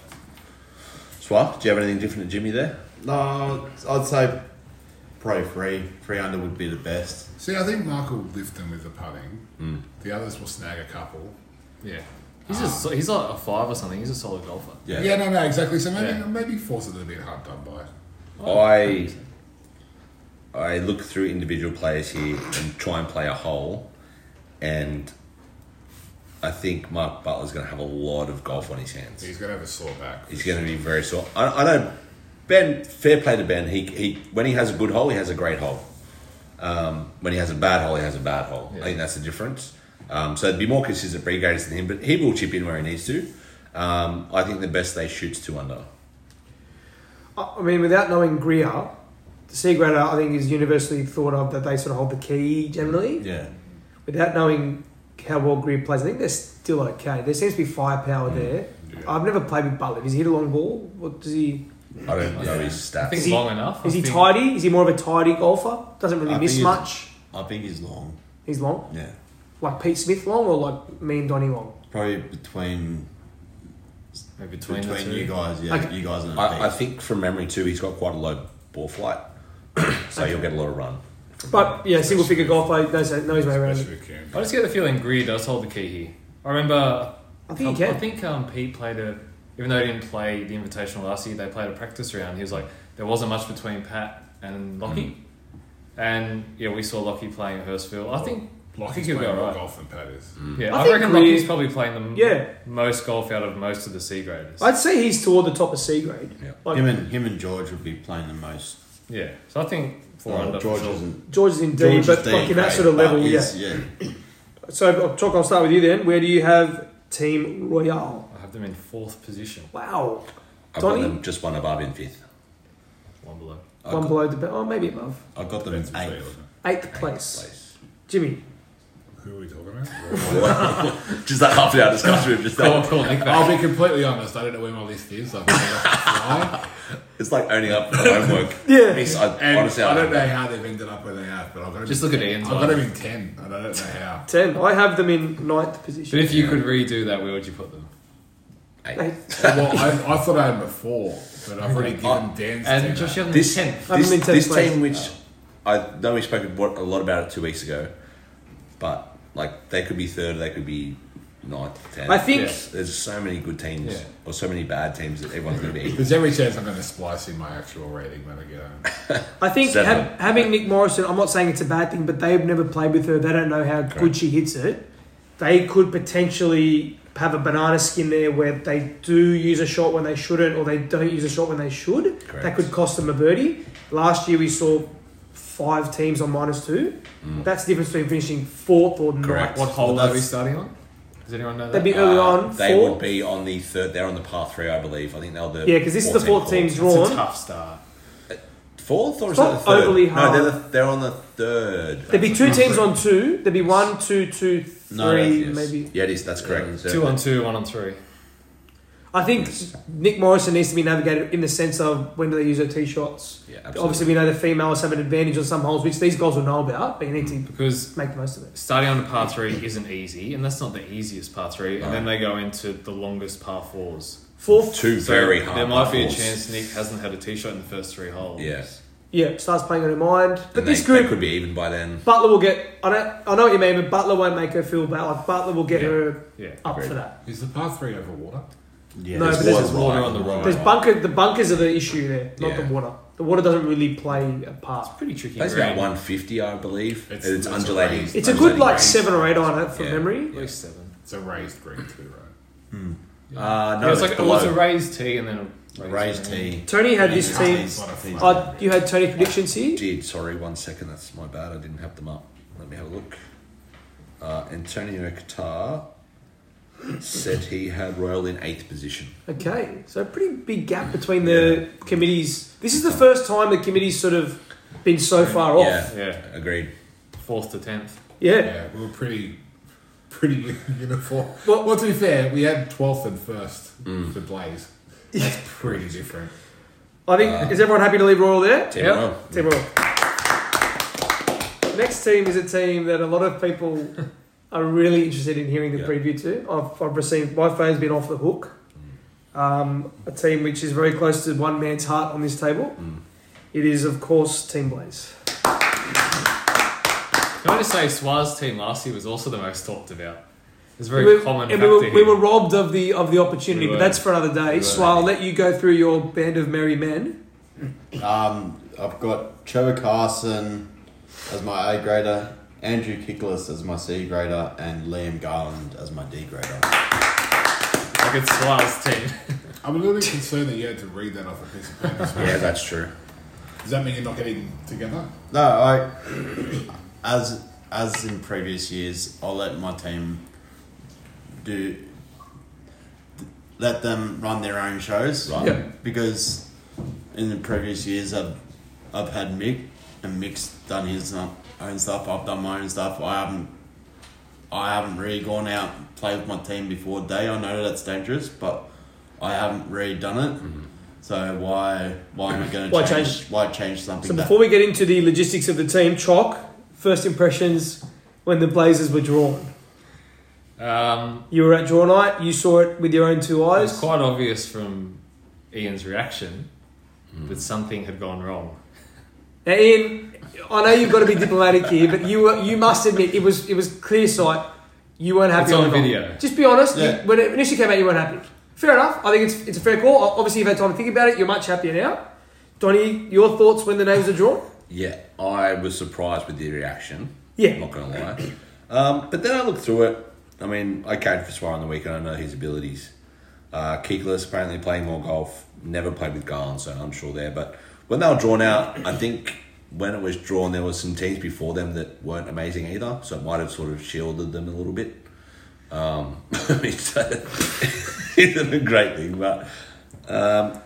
S4: Swap, do you have anything different to Jimmy there?
S6: No, I'd say probably three. Three under would be the best.
S1: See, I think Mark will lift them with the putting.
S5: Mm.
S1: The others will snag a couple.
S5: Yeah. He's, just, he's like a five or something. He's a solid golfer.
S4: Yeah.
S1: Yeah, no, no, exactly. So maybe
S5: Yeah.
S1: maybe four's a little bit hard done by.
S4: I I look through individual players here and try and play a hole, and I think Mark Butler's going to have a lot of golf on his hands.
S1: He's gonna have a sore back.
S4: He's going to be very sore. I, I know Ben. Fair play to Ben. He he. When he has a good hole, he has a great hole. Um, when he has a bad hole, he has a bad hole. I think that's the difference. Um, so it'd be more consistent for Gates than him, but he will chip in where he needs to. Um, I think the best they shoots two under.
S2: I I mean, without knowing Greer, the C grader I think is universally thought of that they sort of hold the key generally.
S6: Yeah.
S2: without knowing how well Greer plays, I think they're still okay. There seems to be firepower there. I've never played with Butler. Does he hit a long ball? What does he?
S4: I don't know his stats.
S5: I think
S2: he-
S5: long enough.
S2: Is
S5: I
S2: he
S5: think-
S2: tidy? Is he more of a tidy golfer? Doesn't really
S6: I
S2: miss
S6: think he's-
S2: much.
S6: I think he's long.
S2: He's long,
S6: Yeah.
S2: like Pete Smith long, or like me and Donny long.
S6: Probably between
S5: Maybe between,
S6: between,
S5: the two.
S6: you guys. Yeah,
S2: Okay.
S6: you guys and
S4: I, I
S6: Pete.
S4: think from memory too, he's got quite a low ball flight, so you'll get a lot of run.
S2: But yeah, single figure golfer knows knows his way around.
S1: Especially with Cam.
S5: I just get the feeling Greer does hold the key here. I remember.
S2: I think he can.
S5: I think um, Pete played a. Even though he didn't play the Invitational last year, they played a practice round. He was like, there wasn't much between Pat and Lockie. And yeah, we saw Lockie playing at Hurstville. I think. I think
S1: Hmm. Lockie's
S5: he'll
S1: playing
S5: go
S1: more
S5: right.
S1: golf than Pat is.
S5: Yeah,
S2: I
S5: I,
S2: think
S5: reckon
S2: Greer-
S5: Lockie's probably playing the m-
S2: Yeah.
S5: most golf out of most of the C graders.
S2: I'd say he's toward the top of C grade. Like
S6: him and him and George would be playing the most.
S5: Yeah, so I think four
S1: Oh,
S6: Well,
S5: under.
S6: George
S5: for sure.
S6: isn't.
S2: George is in D,
S6: George
S2: but
S6: is
S2: like
S6: D
S2: in that
S6: grade,
S2: sort of
S6: but
S2: level, yeah.
S6: he's- yeah.
S2: So, Chalk, I'll start with you then. Where do you have Team Royale?
S5: I have them in fourth position,
S2: Wow,
S4: I've
S2: Donny?
S4: got them just one above in fifth.
S5: one below.
S2: one below the be- oh maybe above
S6: I got them
S1: Ben's
S6: in
S1: a failure.
S6: eighth.
S2: eighth place. Jimmy,
S1: Who are we talking about?
S4: Just that half an hour discussion we've just
S5: Cool,
S4: done.
S5: cool, Nick back.
S1: I'll be completely honest. I don't know where my list is. I've never fly.
S4: It's like owning up for homework.
S2: Yeah.
S4: It's- I,
S1: And
S4: honestly,
S1: I
S4: I
S1: don't know how they've ended up where they have, but I've got to
S5: Just look at Ian's
S1: I've got
S5: one.
S1: him in ten, and I don't know how.
S2: ten. I have them in ninth
S5: But
S2: position.
S5: if you could redo that, where would you put them?
S4: Hey,
S2: Eighth.
S1: well, I, I thought I had before, but I've already given Dan's
S5: And
S1: team
S5: Josh, you
S1: that.
S5: have them
S4: this
S5: in tenth.
S2: I'm
S4: this,
S2: in tenth
S4: this
S2: place.
S4: team, which
S5: Oh.
S4: I know we spoke a lot about it two weeks ago, but like they could be third, they could be ninth, tenth.
S2: I think
S5: Yeah.
S4: there's so many good teams
S5: Yeah.
S4: or so many bad teams that everyone's going to be.
S1: There's every chance I'm going to splice in my actual rating when I get home.
S2: I think
S4: Seven.
S2: hav- having Nick Morrison, I'm not saying it's a bad thing, but they've never played with her. They don't know how good she hits it. They could potentially have a banana skin there where they do use a shot when they shouldn't, or they don't use a shot when they should. That
S4: Correct.
S2: could cost them a birdie. Last year we saw five teams on minus two. That's the difference between finishing fourth or ninth.
S4: Mm. Correct. Uh,
S5: What hole
S6: Well,
S5: are we
S6: that's-
S5: starting on? Does anyone know that?
S2: They'd be early on.
S4: they
S2: four.
S4: would be on the third. They're on the par three, I believe. I think they'll the
S2: yeah, because this is the fourth team
S5: it's
S2: drawn.
S5: a tough start.
S4: Fourth or
S2: It's
S4: is that
S2: not
S4: the third?
S2: overly
S4: No, they're, the,
S2: hard.
S4: they're on the third.
S2: There'd be two teams on two. There'd be one, two, two, three,
S6: No, that's- yes.
S2: maybe.
S4: Yeah, it is. That's correct. So-
S5: Two on two, one on three.
S2: I think Nick Morrison needs to be navigated in the sense of when do they use their tee shots.
S4: Yeah,
S2: Obviously, we know the females have an advantage on some holes, which these guys will know about, but you need to
S5: Because
S2: make the most of it.
S5: starting on a par three isn't easy, and that's not the easiest par three. And then they go into the longest par fours.
S2: Fourth,
S4: two very hard.
S5: There might be a
S4: holes.
S5: chance Nick hasn't had a tee shot in the first three holes.
S4: Yeah,
S2: yeah, starts playing on her mind. But
S4: And
S2: this
S4: they,
S2: group,
S4: they could be even by then.
S2: Butler will get. I don't. I know what you mean, but Butler won't make her feel bad. Like Butler will get
S5: Yeah.
S2: her
S5: Yeah.
S2: up
S4: Agreed.
S2: for that.
S1: Is the par three over water?
S6: Yeah,
S2: No,
S6: there's
S2: but there's-
S6: water
S5: water
S6: right.
S5: on the right.
S2: There's bunker. The bunkers are the issue there, not
S4: Yeah.
S2: the water. The water doesn't really play a part.
S5: Pretty tricky.
S4: That's
S5: ground.
S4: about 150, I believe.
S1: It's-
S4: and it's,
S1: it's
S4: undulating.
S1: raised.
S2: It's a good
S4: undulating
S2: like
S4: range.
S2: seven or eight on it from
S4: Yeah.
S2: memory.
S5: At least seven.
S1: It's a raised green too, right?
S4: Uh, no,
S5: Yeah,
S4: it's
S5: it's like it
S4: below.
S5: was a raised tee and then a
S6: Raised tee.
S2: Tony had this
S6: Yeah.
S2: team.
S6: Tees.
S1: Butterfly.
S2: Uh, you had Tony predictions here.
S4: Did sorry, one second. That's my bad. I didn't have them up. Let me have a look. Uh, Antonio Qatar said he had Royal in eighth position.
S2: Okay, so a pretty big gap between the committees. This is the first time the committee's sort of been so far off.
S4: Yeah,
S5: Yeah.
S4: agreed.
S5: Fourth to tenth.
S2: Yeah.
S1: Yeah, we were pretty, pretty uniform.
S2: Well-
S1: Well, well, to be fair, we had 12th and 1st for Blaze. That's pretty different.
S2: I think is everyone happy to leave Royal there?
S4: Uh, Team
S5: Yep.
S4: Royal.
S2: Team Royal. Next team is a team that a lot of people are really interested in hearing the
S4: Yeah.
S2: preview to. I've, I've received my phone's been off the hook. Um, a team which is very close to one man's heart on this table.
S4: Mm.
S2: It is of course Team Blaze.
S5: Can I just say, Suarez's team last year was also the most talked about. It's a very
S2: we,
S5: common
S2: and
S5: fact
S2: we
S5: to
S2: were,
S5: hear.
S2: we were robbed of the of the opportunity, but
S5: We were.
S2: that's for another day. so I'll let you go through your band of merry men.
S6: Um, I've got Trevor Carson as my A grader, Andrew Kickless as my C grader, and Liam Garland as my D grader.
S5: Like it's Suarez's team.
S1: I'm a little bit concerned that you had to read that off a piece of paper.
S4: Yeah, that's true.
S1: Does that mean you're not getting together?
S6: No, I as as in previous years, I'll let my team do let them run their own shows.
S4: Right.
S2: Yeah.
S6: Because in the previous years I've I've had Mick and Mick's done his uh, own stuff, I've done my own stuff. I haven't I haven't really gone out and played with my team before day. I know that's dangerous, but I haven't really done it. So why why am I going
S2: Mm-hmm. Why
S6: to change,
S2: change?
S6: why change something?
S2: So
S6: that-
S2: before we get into the logistics of the team, chalk first impressions when the Blazers were drawn.
S5: Um,
S2: You were at draw night. You saw it with your own two
S5: it was
S2: eyes.
S5: quite obvious from Ian's reaction that
S4: Hmm.
S5: something had gone wrong.
S2: Now, Ian, I know you've got to be diplomatic here, but you were, you must admit it was it was clear sight. You weren't happy.
S5: It's on
S2: with it.
S5: video.
S2: Just be honest. you-
S6: Yeah.
S2: when it initially came out, you weren't happy. Fair enough. I think it's it's a fair call. O- Obviously, you've had time to think about it. You're much happier now. Donny, your thoughts when the names are drawn?
S4: Yeah, I was surprised with the reaction.
S2: Yeah.
S4: I'm not going to lie. Um, but then I looked through it. I mean, I catered for Suarez on the weekend. I know his abilities. Uh, Keekless apparently playing more golf. Never played with Garland, so I'm sure there. But when they were drawn out, I think when it was drawn, there were some teams before them that weren't amazing either. So it might have sort of shielded them a little bit. Um, it's, a, isn't a great thing, but um,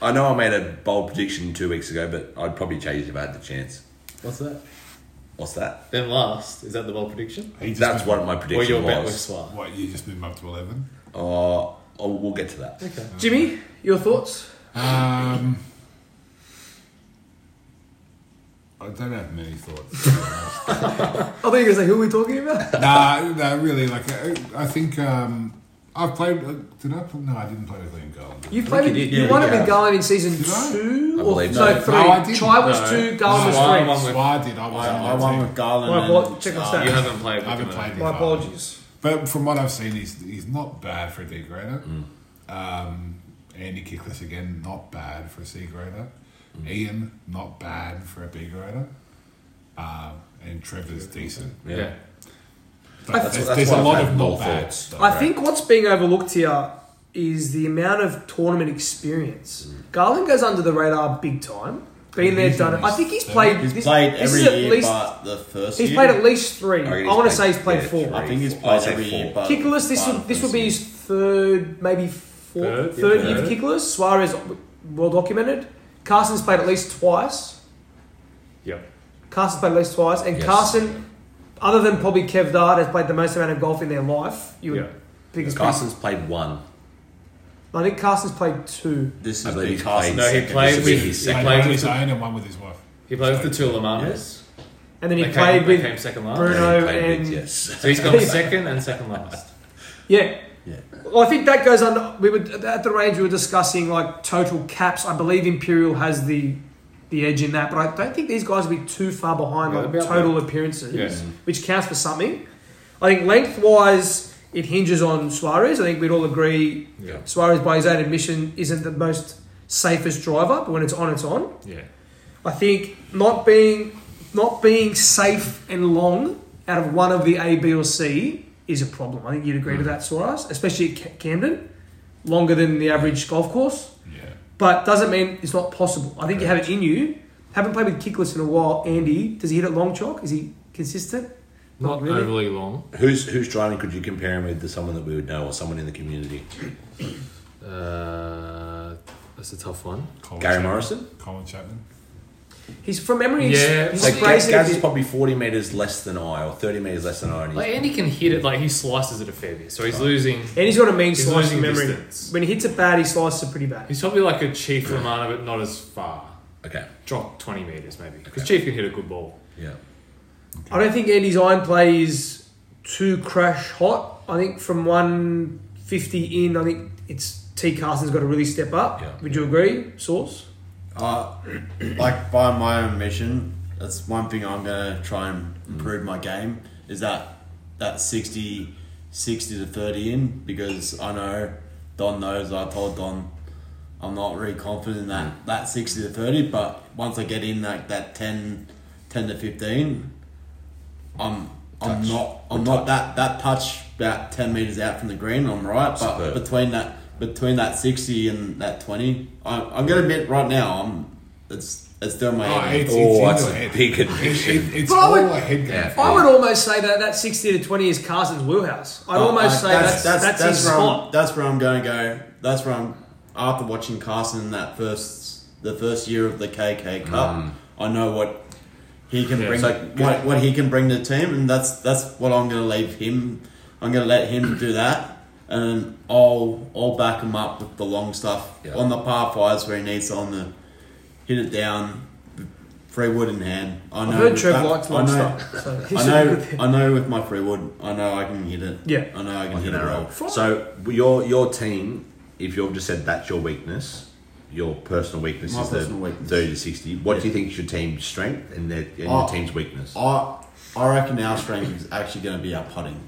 S4: I know I made a bold prediction two weeks ago, but I'd probably change it if I had the chance.
S5: What's that?
S4: What's that?
S5: Then last. Is that the bold prediction?
S1: He just
S4: That's
S1: moved-
S4: what my
S5: Or
S4: prediction
S5: your bet with
S4: was.
S5: Suarez?
S1: What, you just moved him up to 11?
S4: Oh, oh, we'll get to that.
S2: Jimmy, your thoughts?
S1: Um, I don't have many thoughts. to be honest.
S2: I thought you were going to say, who are we talking about?
S1: nah, no, really. Like, I, I think um, I've played. Did I? play- No, I didn't play with Liam Garland.
S2: You played with,
S6: you did,
S2: you
S6: yeah,
S2: won it
S6: yeah.
S2: with Garland in season
S1: Did I?
S2: two
S4: I
S2: or
S4: believe
S2: no,
S4: so.
S2: three.
S1: No, I didn't.
S2: Chai was
S5: No.
S2: two,
S5: No,
S2: Garland
S5: I
S2: was
S5: won
S2: three.
S5: with-
S1: Why did I?
S6: I,
S1: wasn't on
S6: I
S1: that
S6: won
S1: team.
S6: with Garland.
S2: Well, well,
S6: and,
S2: check us
S6: uh,
S2: out.
S5: You haven't played
S1: I haven't
S5: with
S1: played
S5: him.
S1: with
S2: My
S1: Garland.
S2: apologies.
S1: But from what I've seen, he's he's not bad for a D grader. Um, Andy Kickless again, not bad for a C grader. Ian, not bad for a B grader. Um, and Trevor's decent.
S5: Yeah.
S1: But
S2: think-
S1: there's,
S4: That's
S1: there's
S4: what
S1: a
S4: I've
S1: lot
S4: had
S1: of
S4: more
S1: not bad
S4: thoughts.
S1: stuff.
S2: I think what's being overlooked here is the amount of tournament experience. Garland goes under the radar big time. Been there,
S1: He's
S2: done it. I
S1: always
S2: think he's
S1: done it.
S2: played.
S6: He's
S2: this,
S6: played
S2: this
S6: every
S2: is at
S6: year,
S2: least,
S6: but the first
S2: he's
S6: year.
S2: played at least three. I,
S4: reckon
S2: want to say he's played
S4: yeah,
S2: four.
S4: three,
S6: I think he's
S4: four.
S6: played
S4: I'd say
S6: every
S4: four.
S6: year, but
S2: Kickless, this
S6: but
S2: would this would be
S6: first
S2: his third, maybe fourth,
S5: Third,
S2: third,
S5: yeah,
S2: year of
S5: third.
S2: Kickless. Suarez, well documented. Carson's played at least twice.
S5: Yep.
S2: Carson's played at least twice, and
S4: Yes.
S2: Carson, other than probably Kev Dard, has played the most amount of golf in their life. You would
S5: Yeah.
S2: pick his
S4: Carson's played one.
S2: I think Carson's played two.
S6: This
S4: I
S6: is
S4: believe
S6: the
S4: he
S6: Carson.
S4: played
S5: No, he
S4: second.
S5: played
S4: This will be
S5: with-
S4: his
S5: he
S1: Like
S4: second.
S1: one
S5: played- with
S1: with his
S5: the-
S1: own and one with his wife.
S5: He played with the two Lamanas.
S2: And then he
S5: They came-
S2: played
S5: they
S2: with
S5: came second last.
S2: Bruno.
S4: Yeah, he played
S2: and-
S4: with, yes.
S5: So he's gone second and second last.
S2: yeah.
S6: Yeah.
S2: Well, I think that goes under. We would at the range we were discussing like total caps. I believe Imperial has the the edge in that, but I don't think these guys will be too far behind
S5: Yeah,
S2: like
S5: about
S2: total appearances,
S5: Yeah.
S2: which counts for something. I think lengthwise it hinges on Suarez. I think we'd all agree
S5: Yeah.
S2: Suarez, by his own admission, isn't the most safest driver, but when it's on, it's on.
S5: Yeah.
S2: I think not being not being safe and long out of one of the A, B, or C is a problem. I think you'd agree to
S5: Mm.
S2: that, Suarez, especially at Ca- Camden, longer than the average golf course.
S1: Yeah.
S2: But doesn't mean it's not possible. I think you have it in you. Haven't played with kickless in a while. Andy, does he hit it long chalk? Is he consistent?
S5: Not overly long.
S4: Who's who's driving? Could you compare him with to someone that we would know or someone in the community?
S5: Uh, that's a tough one.
S1: Colin
S4: Gary
S1: Chapman.
S4: Morrison.
S1: Colin Chapman.
S2: He's from memory. he's-
S5: Yeah,
S2: he's
S5: like,
S4: Like Gaz,
S2: crazy.
S4: Gaz is probably forty meters less than I, or thirty meters less than I. And he's
S5: Like Andy can hit it. Like he slices it a fair bit. So he's losing.
S2: and he's got a mean
S5: He's
S2: slice
S5: losing
S2: from memory.
S5: distance.
S2: When he hits it bad, he slices it pretty bad.
S5: He's probably like a Chief Lamana, but not as far.
S4: okay.
S5: Drop twenty meters maybe because Chief can hit a good ball.
S4: Yeah.
S2: I don't think Andy's iron play is too crash hot. I think from 150 in, I think it's T Carson's got to really step up.
S4: Yeah.
S2: Would you agree, Source?
S6: Uh, like by my own mission, that's one thing I'm gonna try and improve my game is that that 60, 60 to thirty in because I know Don knows. I told Don I'm not really confident in that that sixty to thirty, but once I get in like that 10, 10 to fifteen, I'm. I'm not. I'm not that that touch about ten meters out from the green. I'm right, but
S4: Superb.
S6: between that between that sixty and that twenty, I, I'm gonna admit right now, I'm it's it's down my
S1: Oh,
S6: head.
S1: it's,
S4: Oh,
S1: it's in
S4: that's a
S1: the head.
S4: big
S1: It-
S4: admission.
S1: it- it's
S2: But I
S1: all
S2: would-
S1: a head game.
S4: Yeah.
S2: I would almost say that that 60 to 20 is Carson's wheelhouse. I'd
S6: Oh,
S2: almost say
S6: I-
S2: that's, that's, his
S6: where
S2: spot.
S6: I'm, that's where I'm going to go. That's where I'm after watching Carson in that first the first year of the KK Cup. I know what he can
S4: Mm.
S6: bring.
S4: so-
S6: what, what he can bring to the team, and that's that's what I'm going to leave him. I'm going to let him do that, and I'll I'll back him up with the long stuff
S4: Yeah.
S6: on the par fives where he needs to on the hit it down. Free wood in hand. I know
S2: I've heard
S6: that-
S2: Trev likes
S6: I
S2: long
S6: know-
S2: stuff. So he
S6: I
S2: should be
S6: know,
S2: good there.
S6: I know. With my free wood, I know I can hit it.
S2: Yeah.
S6: I know I can
S4: Like
S6: hit
S4: an
S6: it
S4: arrow.
S6: well.
S4: So your your team, if you've just said that's your weakness, your personal weakness
S6: My
S4: is
S6: personal
S4: the
S6: weakness.
S4: thirty to sixty. What do
S6: Yeah.
S4: you think is your team's strength and, their, and
S6: Oh.
S4: your team's weakness?
S6: I, I reckon our strength is actually going to be our putting.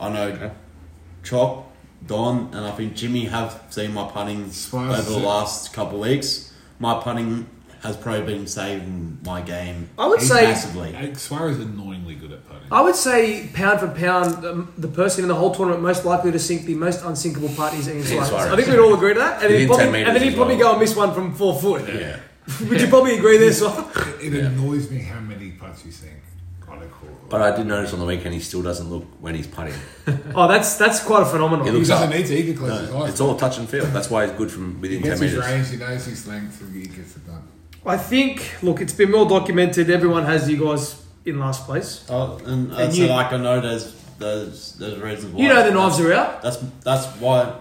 S6: I know, Chop, Don, and I think Jimmy have seen my putting
S1: Suarez
S6: over
S1: is
S6: the
S1: it.
S6: last couple of weeks. My putting has probably been saving my game.
S2: I would
S6: He's
S2: say-
S6: massively.
S1: Like, Suarez is annoyingly good at putting.
S2: I would say pound for pound, um, the person in the whole tournament most likely to sink the most unsinkable part is Ian Suarez.
S4: Suarez.
S2: I think we'd all agree to that. And,
S4: He
S2: he'd
S4: did 10
S2: probably, and then
S4: metres
S2: he'd
S4: as
S2: probably
S4: well.
S2: go and miss one from four foot.
S4: yeah.
S2: Would you probably agree there, Source?
S1: It annoys me how many putts you sink on a course.
S4: But I did notice on the weekend he still doesn't look when he's putting.
S2: Oh, that's that's quite a phenomenon.
S4: He
S1: He
S4: looks
S1: doesn't
S4: up.
S1: need to. He can close his eyes.
S4: It's all touch and feel. That's why he's good from within
S1: he
S4: ten
S1: gets his
S4: meters.
S1: range. He knows his length. And he gets it done.
S2: I think, look, it's been well documented. Everyone has you guys in last place.
S6: Oh, and
S2: And
S6: that's
S2: you-
S6: like I know there's there's there's reasons why.
S2: You know the
S6: That's-
S2: knives are out.
S6: That's that's why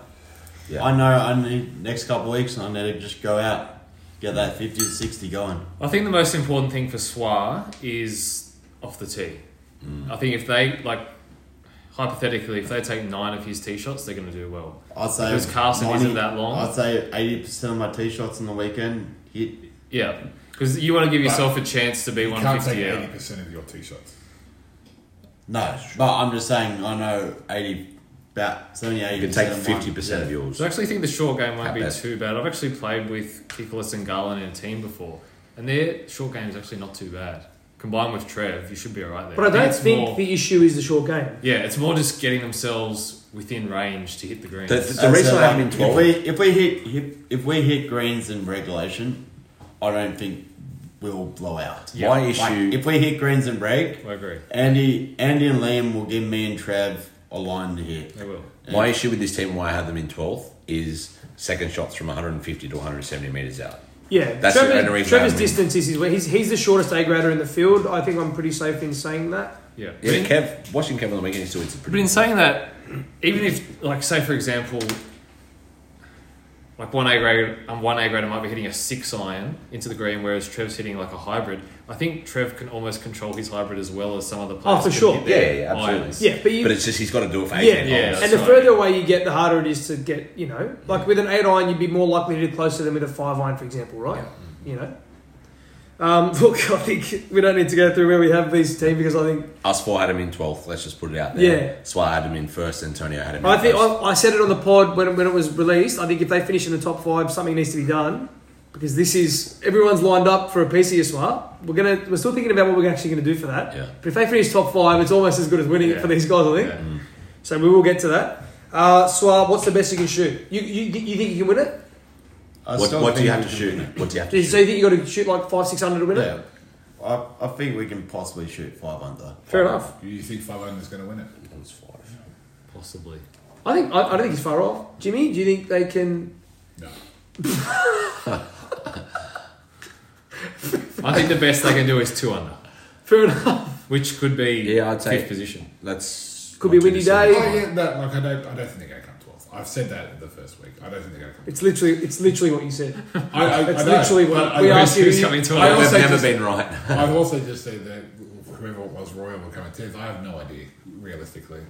S4: Yeah.
S6: I know I need next couple of weeks. I need to just go out, get that fifty to sixty going.
S5: I think the most important thing for Swar is off the tee. I think if they like hypothetically, if they take nine of his tee shots, they're going to do well.
S6: I'd say
S5: Because Carson isn't that long.
S6: I'd say eighty percent of my tee shots on the weekend hit.
S5: Yeah, because you want to give
S1: But
S5: yourself a chance to be
S1: You can't take
S5: 150 out.
S1: eighty percent of your tee shots.
S6: No, but I'm just saying. I know eighty about 70, 80
S4: You can take fifty percent of yours.
S5: So I actually think the short game won't
S4: At
S5: be
S4: best.
S5: too bad. I've actually played with Kikolas and Garland in a team before, and their short game is actually not too bad. Combined with Trev, you should be alright there.
S2: But I don't
S5: it's
S2: think
S5: more-
S2: the issue is the short game.
S5: yeah, it's more just getting themselves within range to hit the green.
S4: The, the, the reason I
S6: like,
S4: haven't been
S6: if
S4: twelve.
S6: we if we hit, hit if we hit greens in regulation, I don't think we'll blow out.
S5: Yeah.
S4: my
S6: Like,
S4: issue.
S6: if we hit greens in reg,
S5: I agree.
S6: Andy, Andy and Liam will give me and Trev a line to hit.
S5: They will.
S4: My issue with this team, why I had them in 12th, is second shots from 150 to 170 metres out.
S2: Yeah,
S4: That's the only
S2: Trevor,
S4: reason
S2: Trevor's
S4: I'm-
S2: distance is his. He's he's the shortest A grader in the field. I think I'm pretty safe in saying that.
S5: Yeah.
S4: Yeah,
S5: But in-
S4: Kev, watching Kev on the weekend, he still hits a
S5: But
S4: pretty
S5: in saying that, even if, like, say for example, like one A grade, um, one A grader might be hitting a six iron into the green, whereas Trev's hitting like a hybrid. I think Trev can almost control his hybrid as well as some other players.
S2: Oh, for
S5: can
S2: sure.
S5: hit their
S4: Yeah, yeah, absolutely.
S5: irons.
S2: Yeah, but you,
S4: But it's just he's got to do it for 18
S2: yeah,
S4: holes.
S5: yeah,
S2: and
S5: that's
S2: the
S5: right.
S2: further away you get, the harder it is to get. You know, like with an eight iron, you'd be more likely to do closer than with a five iron, for example, right? You know. Um, look, I think we don't need to go through where we have these teams because I think
S4: Us four had him in 12th. Let's just put it out there.
S2: Yeah.
S4: Swa had him in first. Antonio had him in
S2: I think
S4: first.
S2: I, I said it on the pod when, when it was released. I think if they finish in the top five, something needs to be done because this is everyone's lined up for a PCSR. We're gonna we're still thinking about what we're actually gonna do for that.
S4: Yeah.
S2: But if they finish top five, it's almost as good as winning it
S5: Yeah.
S2: for these guys. I think.
S5: Yeah.
S2: So we will get to that. Uh, Swab, what's the best you can shoot? You, you, you think you can win it?
S6: I
S4: what,
S6: still
S4: what do
S6: think
S4: you have
S6: we
S4: to
S6: can
S4: shoot?
S6: win it.
S4: What do you have
S2: So
S4: to
S2: you
S4: shoot?
S2: think you got to shoot like five, six hundred to win it?
S6: Yeah. I, I think we can possibly shoot five under.
S2: Fair enough.
S1: You think five is going to win it?
S4: It's five.
S5: Possibly.
S2: I think I, I don't think he's far off. Jimmy, do you think they can?
S1: No.
S5: I think the best they can do is two under,
S2: Fair enough.
S5: which could be
S4: Yeah, I'd say-
S5: fifth position.
S4: That's
S2: Could be
S4: not too
S2: windy
S4: dissimilar.
S2: day.
S1: Oh yeah, no, like I don't, I don't think they're going to come twelfth. I've said that the first week. I don't think they're going to come.
S2: It's literally it's literally what you said.
S1: I, I,
S2: It's
S1: I know,
S2: literally
S1: but
S2: what
S1: I-
S2: we
S1: I-
S2: asked you.
S5: Who's coming to
S1: I
S5: it?
S4: We've
S1: also
S4: never
S1: just-
S4: been right.
S1: I've also just said that whoever it was, Royal will come in tenth. I have no idea, realistically.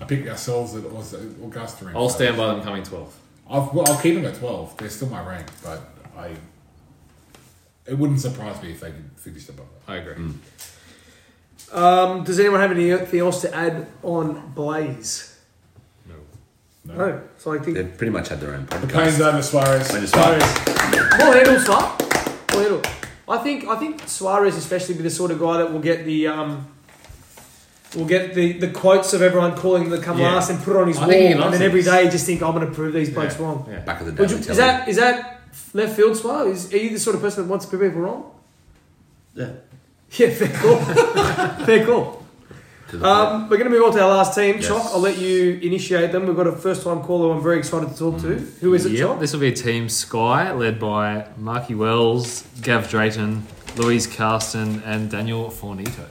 S1: I picked ourselves at also Augusta. and-
S5: I'll stand by them coming twelfth.
S1: I've, well, I'll keep them at twelve. They're still my rank, but I. It wouldn't surprise me if they could finish above that.
S5: I agree.
S2: Um, does anyone have anything else to add on Blaze?
S5: No.
S2: No. So I think
S4: They've pretty much had their own
S1: The pain's
S4: podcast.
S1: over Suarez.
S4: When it's
S2: Well handled, Swa. Well handled. I think I think Suarez especially be the sort of guy that will get the um, will get the, the quotes of everyone calling him to come
S5: Yeah.
S2: last and put it on his
S5: I
S2: wall,
S5: think he
S2: and
S5: loves
S2: then every
S5: this.
S2: day just think I'm going to prove these blokes
S5: Yeah.
S2: wrong.
S5: Yeah.
S4: Back of the day.
S2: Would you,
S4: we
S2: is
S4: tell
S2: that is that left field, Swa? Is are you the sort of person that wants to prove people wrong?
S6: Yeah.
S2: Yeah, fair call. fair call.
S4: them to the-
S2: Um, we're going to move on to our last team.
S4: Yes.
S2: Chock, I'll let you initiate them. We've got a first time caller I'm very excited to talk to. Who is it,
S5: Yep,
S2: Chock?
S5: This will be Team Sky, led by Marky Wells, Gav Drayton, Louise Carsten, and Daniel Fornito.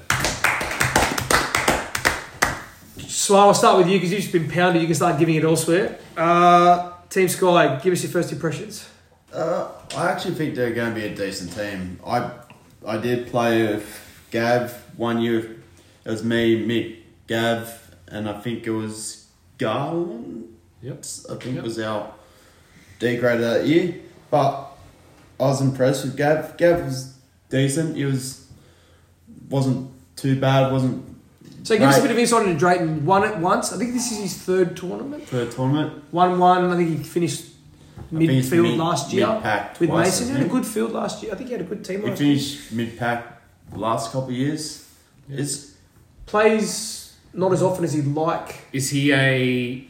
S2: So I'll start with you because you've just been pounded. You can start giving it elsewhere. Uh, Team Sky, give us your first impressions.
S6: Uh, I actually think they're going to be a decent team. I I did play with Gav one year. It was me, Mick, Gav, and I think it was Garland.
S5: Yep.
S6: I think was our D grade of that year. But I was impressed with Gav. Gav was decent. He was wasn't too bad. wasn't
S2: So give us a
S6: Right.
S2: bit of insight into Drayton. Won it once. I think this is his third tournament.
S6: for a tournament.
S2: One one. I think he finished
S6: I think it's
S2: midfield
S6: mid-
S2: last year
S6: mid-pack
S2: with
S6: twice,
S2: Mason. He
S6: isn't
S2: had a
S6: it?
S2: good field last year. I think he had a good team
S6: He
S2: last year.
S6: finished mid pack last couple of years. It's
S2: Plays not as often as he'd like.
S5: Is he a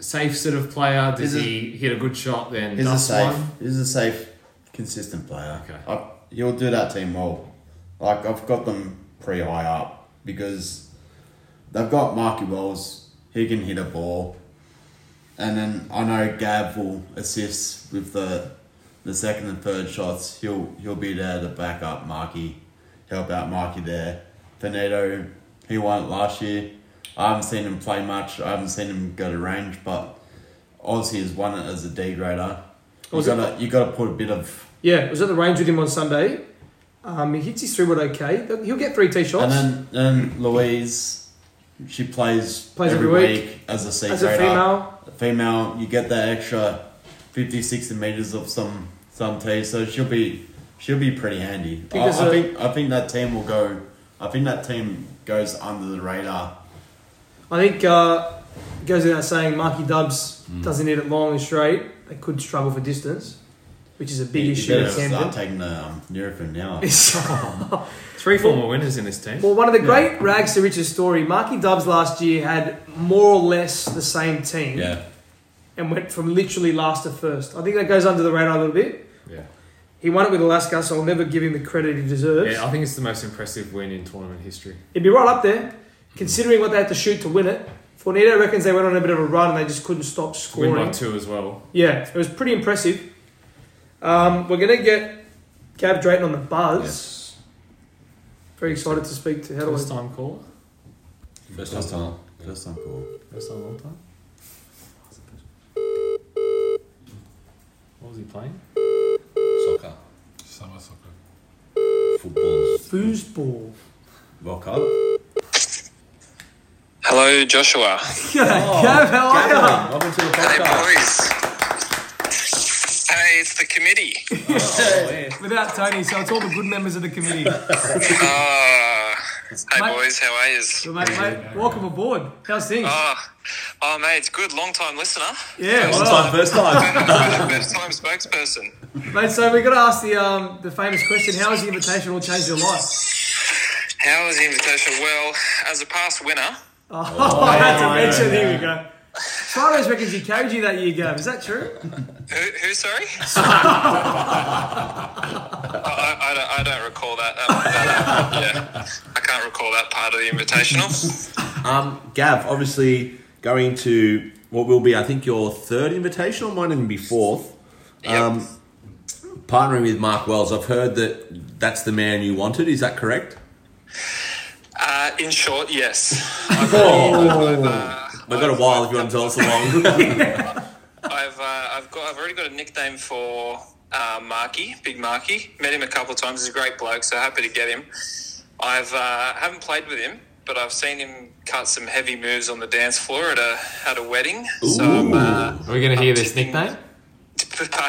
S5: safe sort of player? Does
S6: Is it-
S5: he hit a good shot then?
S6: he's a
S5: dust
S6: safe.
S5: one?
S6: He's a safe, consistent player.
S5: Okay.
S6: I, he'll do that team well. Like I've got them pretty high up because they've got Marky Wells. He can hit a ball, and then I know Gav will assist with the the second and third shots. He'll he'll be there to back up Marky, help out Marky there. Finito, he won it last year. I haven't seen him play much. I haven't seen him go to range, but Aussie has won it as a D grader. You
S2: Was it-
S6: gotta you gotta put a bit of
S2: Yeah, I was at the range with him on Sunday. Um, he hits his three wood okay. He'll get three tee shots.
S6: And then then Louise, she plays
S2: Plays every week.
S6: as a C
S2: As a
S6: grader.
S2: female.
S6: female, you get that extra 50, 60 meters of some some tea, so she'll be she'll be pretty handy. I,
S2: Because,
S6: I
S2: uh,
S6: think I think that team will go I think that team goes under the radar.
S2: I think uh, it goes without saying, Marky Dubs
S6: Hmm.
S2: doesn't hit it long and straight. They could struggle for distance, which is a big
S6: You
S2: issue
S6: better
S2: at
S6: start
S2: Camden.
S6: taking the um, Nurofen now.
S5: Three former winners in this team.
S2: Well, one of the great rags to riches story, Marky Dubs last year had more or less the same team
S6: yeah,
S2: and went from literally last to first. I think that goes under the radar a little bit.
S5: Yeah.
S2: He won it with Alaska, so I'll never give him the credit he deserves.
S5: Yeah, I think it's the most impressive win in tournament history.
S2: It'd be right up there, considering what they had to shoot to win it. Fornito reckons they went on a bit of a run and they just couldn't stop
S5: To win by
S2: scoring.
S5: two as well.
S2: Yeah, it was pretty impressive. Um, we're going to get Gab Drayton on the buzz.
S4: Yes.
S2: Very excited to speak to Hedlund.
S5: First time caller.
S4: First
S6: first
S4: time.
S6: time, first time call.
S5: First time, long time. What was he playing?
S4: Soccer.
S1: Summer soccer.
S4: Football's
S2: Foosball.
S6: World Cup.
S9: Hello, Joshua.
S2: Gab, how are ya?
S6: Gavin, welcome to the
S9: Hey,
S6: podcast.
S9: boys. Hey, it's the committee.
S2: Without Tony, so it's all the good members of the committee.
S9: Ah, hey,
S2: Mate.
S9: boys, how are yous?
S2: So, mate, mate, welcome aboard. How's things?
S5: Uh,
S9: Oh, oh, mate, it's good. Long time listener.
S2: yeah,
S6: First
S2: well,
S6: time, first time.
S9: First time spokesperson.
S2: mate. So we got to ask the um, the famous question: How has the invitation all changed your life?
S9: How was the invitation? Well, as a past winner,
S2: Oh, I had to mention. Here we go. Spiders reckons he carried you that year, Gab. Is that true?
S9: who, who sorry? I, I, I, don't, I don't recall that. Um, uh, yeah, I can't recall that part of the invitational.
S4: Um, Gav, obviously going to what will be, I think, your third invitational, might even be fourth. Um, partnering with Mark Wells, I've heard that that's the man you wanted. Is that correct?
S9: Uh, in short, yes.
S2: Oh.
S4: We've got a while if you want to tell us along.
S9: I've uh, I've got I've already got a nickname for uh, Marky, Big Marky. Met him a couple of times. He's a great bloke, so happy to get him. I've uh, haven't played with him, but I've seen him cut some heavy moves on the dance floor at a at a wedding. So I'm, uh,
S5: Are we going to hear this
S9: tipping-
S5: nickname?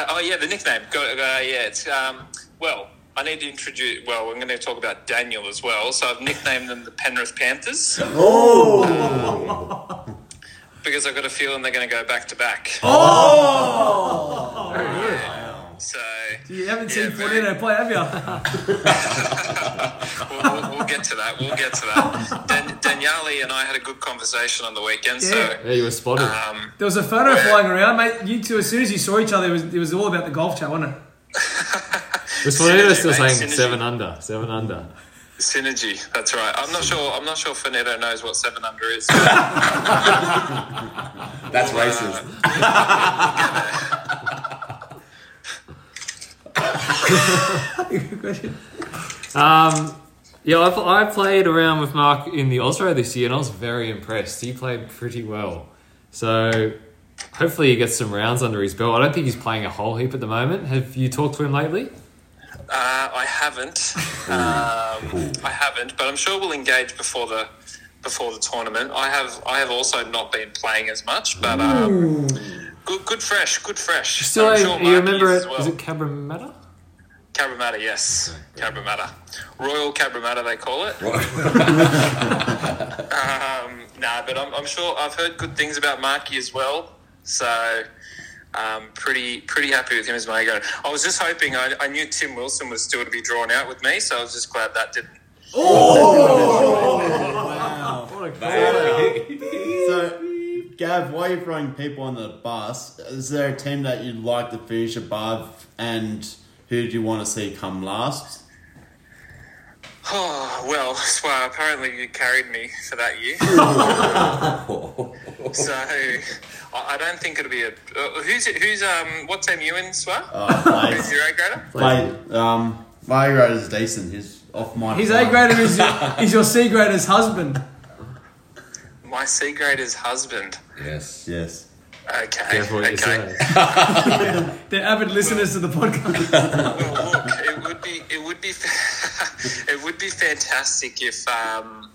S9: oh yeah, the nickname. Go, uh, yeah, it's um, well. I need to introduce. Well, I'm going to talk about Daniel as well. So I've nicknamed them the Penrith Panthers because I've got a feeling they're going to go back to back. Oh, so
S2: Oh, You haven't
S9: Yeah,
S2: seen
S9: mate.
S2: Fornito play, have you?
S9: we'll, we'll, we'll get to that. We'll get to that. Dan- Daniele and I had a good conversation on the weekend, so
S5: Yeah, you were spotted.
S9: um,
S2: There was a photo flying around, mate. You two, as soon as you saw each other, it was it was all about the golf chat, wasn't it?
S5: This one is still
S9: synergy, mate,
S5: saying
S9: synergy.
S5: seven under, seven under.
S9: synergy. That's right. I'm not sure. I'm not sure Finetto knows what seven under is.
S4: that's racist.
S5: Um, yeah, I, I played around with Mark in the Osro this year, and I was very impressed. He played pretty well, so hopefully he gets some rounds under his belt. I don't think he's playing a whole heap at the moment. Have you talked to him lately?
S9: Uh, I haven't. Um, I haven't, but I'm sure we'll engage before the before the tournament. I have. I have also not been playing as much, but um, good, good, fresh, good, fresh.
S5: Still,
S9: I'm
S5: I-
S9: sure
S5: you
S9: Mark
S5: remember
S9: is
S5: it?
S9: as
S5: Was it Cabramatta?
S9: Cabramatta, yes. Cabramatta. Royal Cabramatta, they call it. um, nah, but I'm, I'm sure I've heard good things about Marky as well. So um, pretty pretty happy with him as my go. I was just hoping, I, I knew Tim Wilson was still to be drawn out with me, so I was just glad that didn't.
S6: So, Gav, why are you throwing people on the bus? Is there a team that you'd like to finish above, and who do you want to see come last?
S9: Oh, well, well, apparently you carried me for that year. so I I don't think it'll be a. Uh, who's, who's, um, what team you in, Swa?
S6: Uh,
S9: who's your A grader?
S6: play, play, um, my grade is decent. He's off my.
S2: His A
S6: front.
S2: grader is is your C grader's husband.
S9: My C grader's husband.
S4: Yes.
S6: Yes.
S9: Okay.
S5: Careful what you
S9: okay.
S5: say.
S2: They're avid listeners to the podcast.
S9: Well, look, it would be it would be it would be fantastic if um,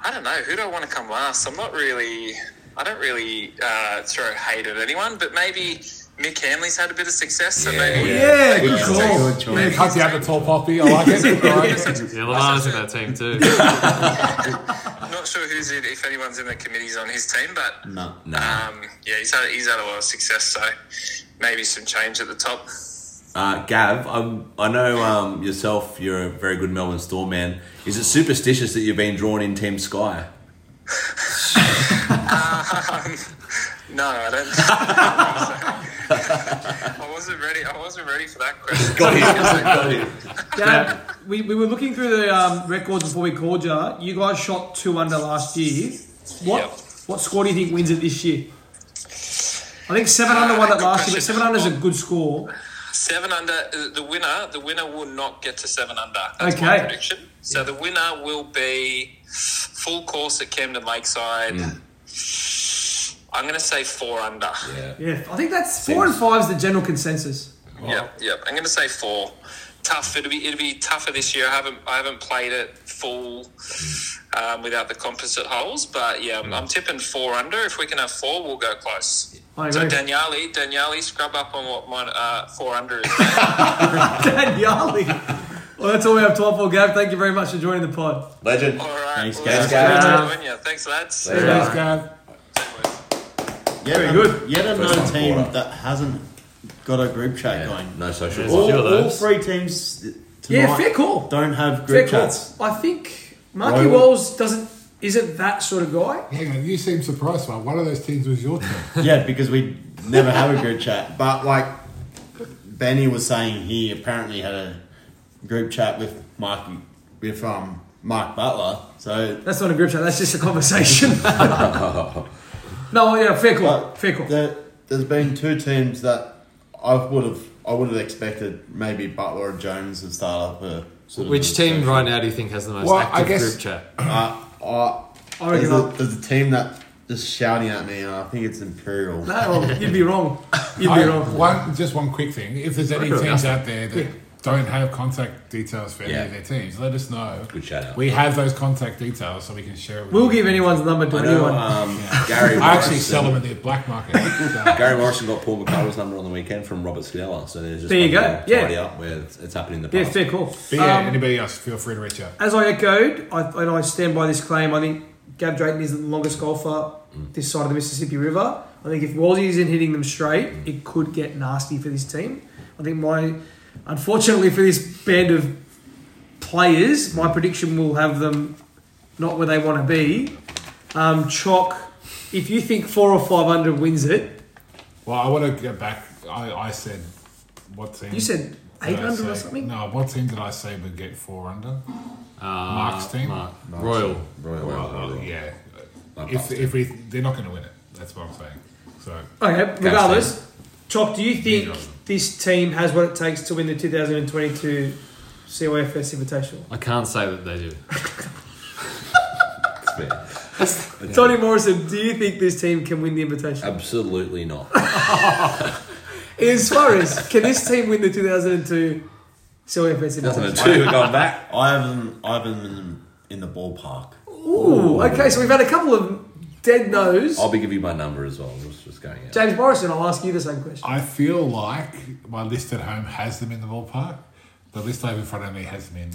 S9: I don't know who do I want to come last. I'm not really I don't really uh, throw hate at anyone, but maybe Mick Hamley's had a bit of success, so
S4: Yeah.
S9: maybe.
S6: Yeah,
S9: maybe
S6: good
S9: he's
S6: call.
S9: taken-
S6: Good choice.
S1: Yeah, cut out the tall poppy. I like it. I like it.
S5: Yeah, Lamar's in that team too.
S9: I'm not sure who's in, if anyone's in the committees on his team, but
S6: No.
S4: Nah.
S9: um, yeah, he's had he's had a lot of success, so maybe some change at the top.
S4: Uh, Gav, um, I know um, yourself, you're a very good Melbourne store man. Is it superstitious that you've been drawn in Team Sky?
S9: No, I don't. I wasn't ready. I wasn't ready for that question.
S4: Got him.
S2: Dad, we, we were looking through the um, records before we called you. You guys shot two under last year. What
S9: Yep.
S2: what score do you think wins it this year? I think seven under won it
S9: Good
S2: last year, but
S9: question.
S2: seven under is a good score.
S9: Seven under. uh, The winner. The winner will not get to seven under. That's
S2: Okay.
S9: my prediction. So the winner will be full course at Camden Lakeside. I'm going to say four under.
S4: Yeah.
S2: Yeah, I think that's four and five is the general consensus.
S9: Yeah, yeah. I'm going to say four. Tough. It'll be it'll be tougher this year. I haven't I haven't played it full um, without the composite holes, but yeah, I'm, I'm tipping four under. If we can have four, we'll go close.
S2: I
S9: So
S2: agree.
S9: Daniele, Daniele, scrub up on what mine uh, four under is.
S2: Dan Yarley. Well, that's all we have time for, Gav. Thank you very much for joining the pod.
S4: Legend.
S5: Oh,
S9: All right.
S6: Thanks,
S9: well,
S6: guys.
S9: that's
S2: Guys.
S9: good to join you. Thanks, lads.
S2: Thanks, Gav.
S6: Yet
S2: Very
S6: an-
S2: good.
S6: Yet
S4: First
S6: another
S4: time
S6: team
S4: quarter.
S6: that hasn't got a group chat going.
S4: No social.
S5: There's a
S6: All,
S5: few of
S6: all
S5: those.
S6: three teams th- tonight
S2: Yeah, fair call.
S6: don't have
S2: Fair
S6: group
S2: call.
S6: chats.
S2: I think Marky
S6: Royal.
S2: Wells doesn't isn't that sort of guy.
S1: Hang on, you seem surprised. Like one of those teams was your team.
S6: yeah, because we never have a group chat. But like Benny was saying, he apparently had a group chat with Mark with um Mark Butler. So
S2: That's not a group chat. That's just a conversation. no, yeah, fair call.
S6: but
S2: Fair call.
S6: there, there's been two teams that I would have I would have expected maybe Butler or Jones to start up a sort of
S5: Which team
S6: discussion.
S5: right now do you think has the most
S1: Well, I
S5: active
S1: guess-
S5: group chat?
S6: Uh, I,
S2: I reckon
S6: there's,
S2: I'll-
S6: a, there's a team that is shouting at me, and I think it's Imperial.
S2: No, well, you'd be wrong. You'd be
S1: I-
S2: wrong.
S1: one, just one quick thing. If there's any teams out there that
S2: Yeah.
S1: don't have contact details for any
S4: Yeah.
S1: of their teams, let us know.
S4: Good shout out.
S1: We have those contact details so we can share it with
S2: We'll
S1: you.
S2: give anyone's number to
S4: I know
S2: anyone.
S4: um, Gary.
S1: I actually
S4: Morrison-
S1: sell them at the black market. So-
S4: Gary Morrison got Paul McCarthy's number on the weekend from Robert Scudella, so there's just
S2: There you
S4: one
S2: go,
S4: little
S2: yeah.
S4: tidy up where it's, it's happened in the
S2: yeah,
S4: past.
S2: fair call.
S1: but yeah,
S2: Um,
S1: anybody else, feel free to reach out.
S2: as I echoed, I, and I stand by this claim, I think Gab Drayton is the longest golfer this side of the Mississippi River. I think if Wolsey isn't hitting them straight, it could get nasty for this team. I think my, unfortunately for this band of players, my prediction will have them not where they want to be. Um, Chalk, if you think four or five under wins it,
S1: Well, I want to go back. I, I said what team?
S2: you said
S1: did
S2: eight
S1: I
S2: under or
S1: say-
S2: something.
S1: No, what team did I say would get four under?
S5: Uh,
S1: Mark's team?
S5: Mark. Royal.
S4: Royal, Royal, Royal, Royal.
S1: yeah. If,
S4: past
S1: if we, they're not going to win it. That's what I'm saying. So
S2: Okay, regardless, Chop, do you think
S1: Yeah.
S2: this team has what it takes to win the 2022 CYFS Invitational?
S5: I can't say that they do.
S4: It's fair.
S2: Tony Morrison, do you think this team can win the Invitational?
S4: Absolutely not.
S2: Ian Suarez, can this team win the 2002 CYFS
S4: Nothing
S2: Invitational?
S4: to do. We're going back.
S6: I haven't I haven't been in the ballpark.
S2: Ooh, okay, so we've had a couple of dead no's.
S5: Oh.
S4: I'll be giving you my number as well. I was just going out.
S2: James Morrison, I'll ask you the same question.
S1: I feel like my list at home has them in the ballpark. The list I have in front of me has them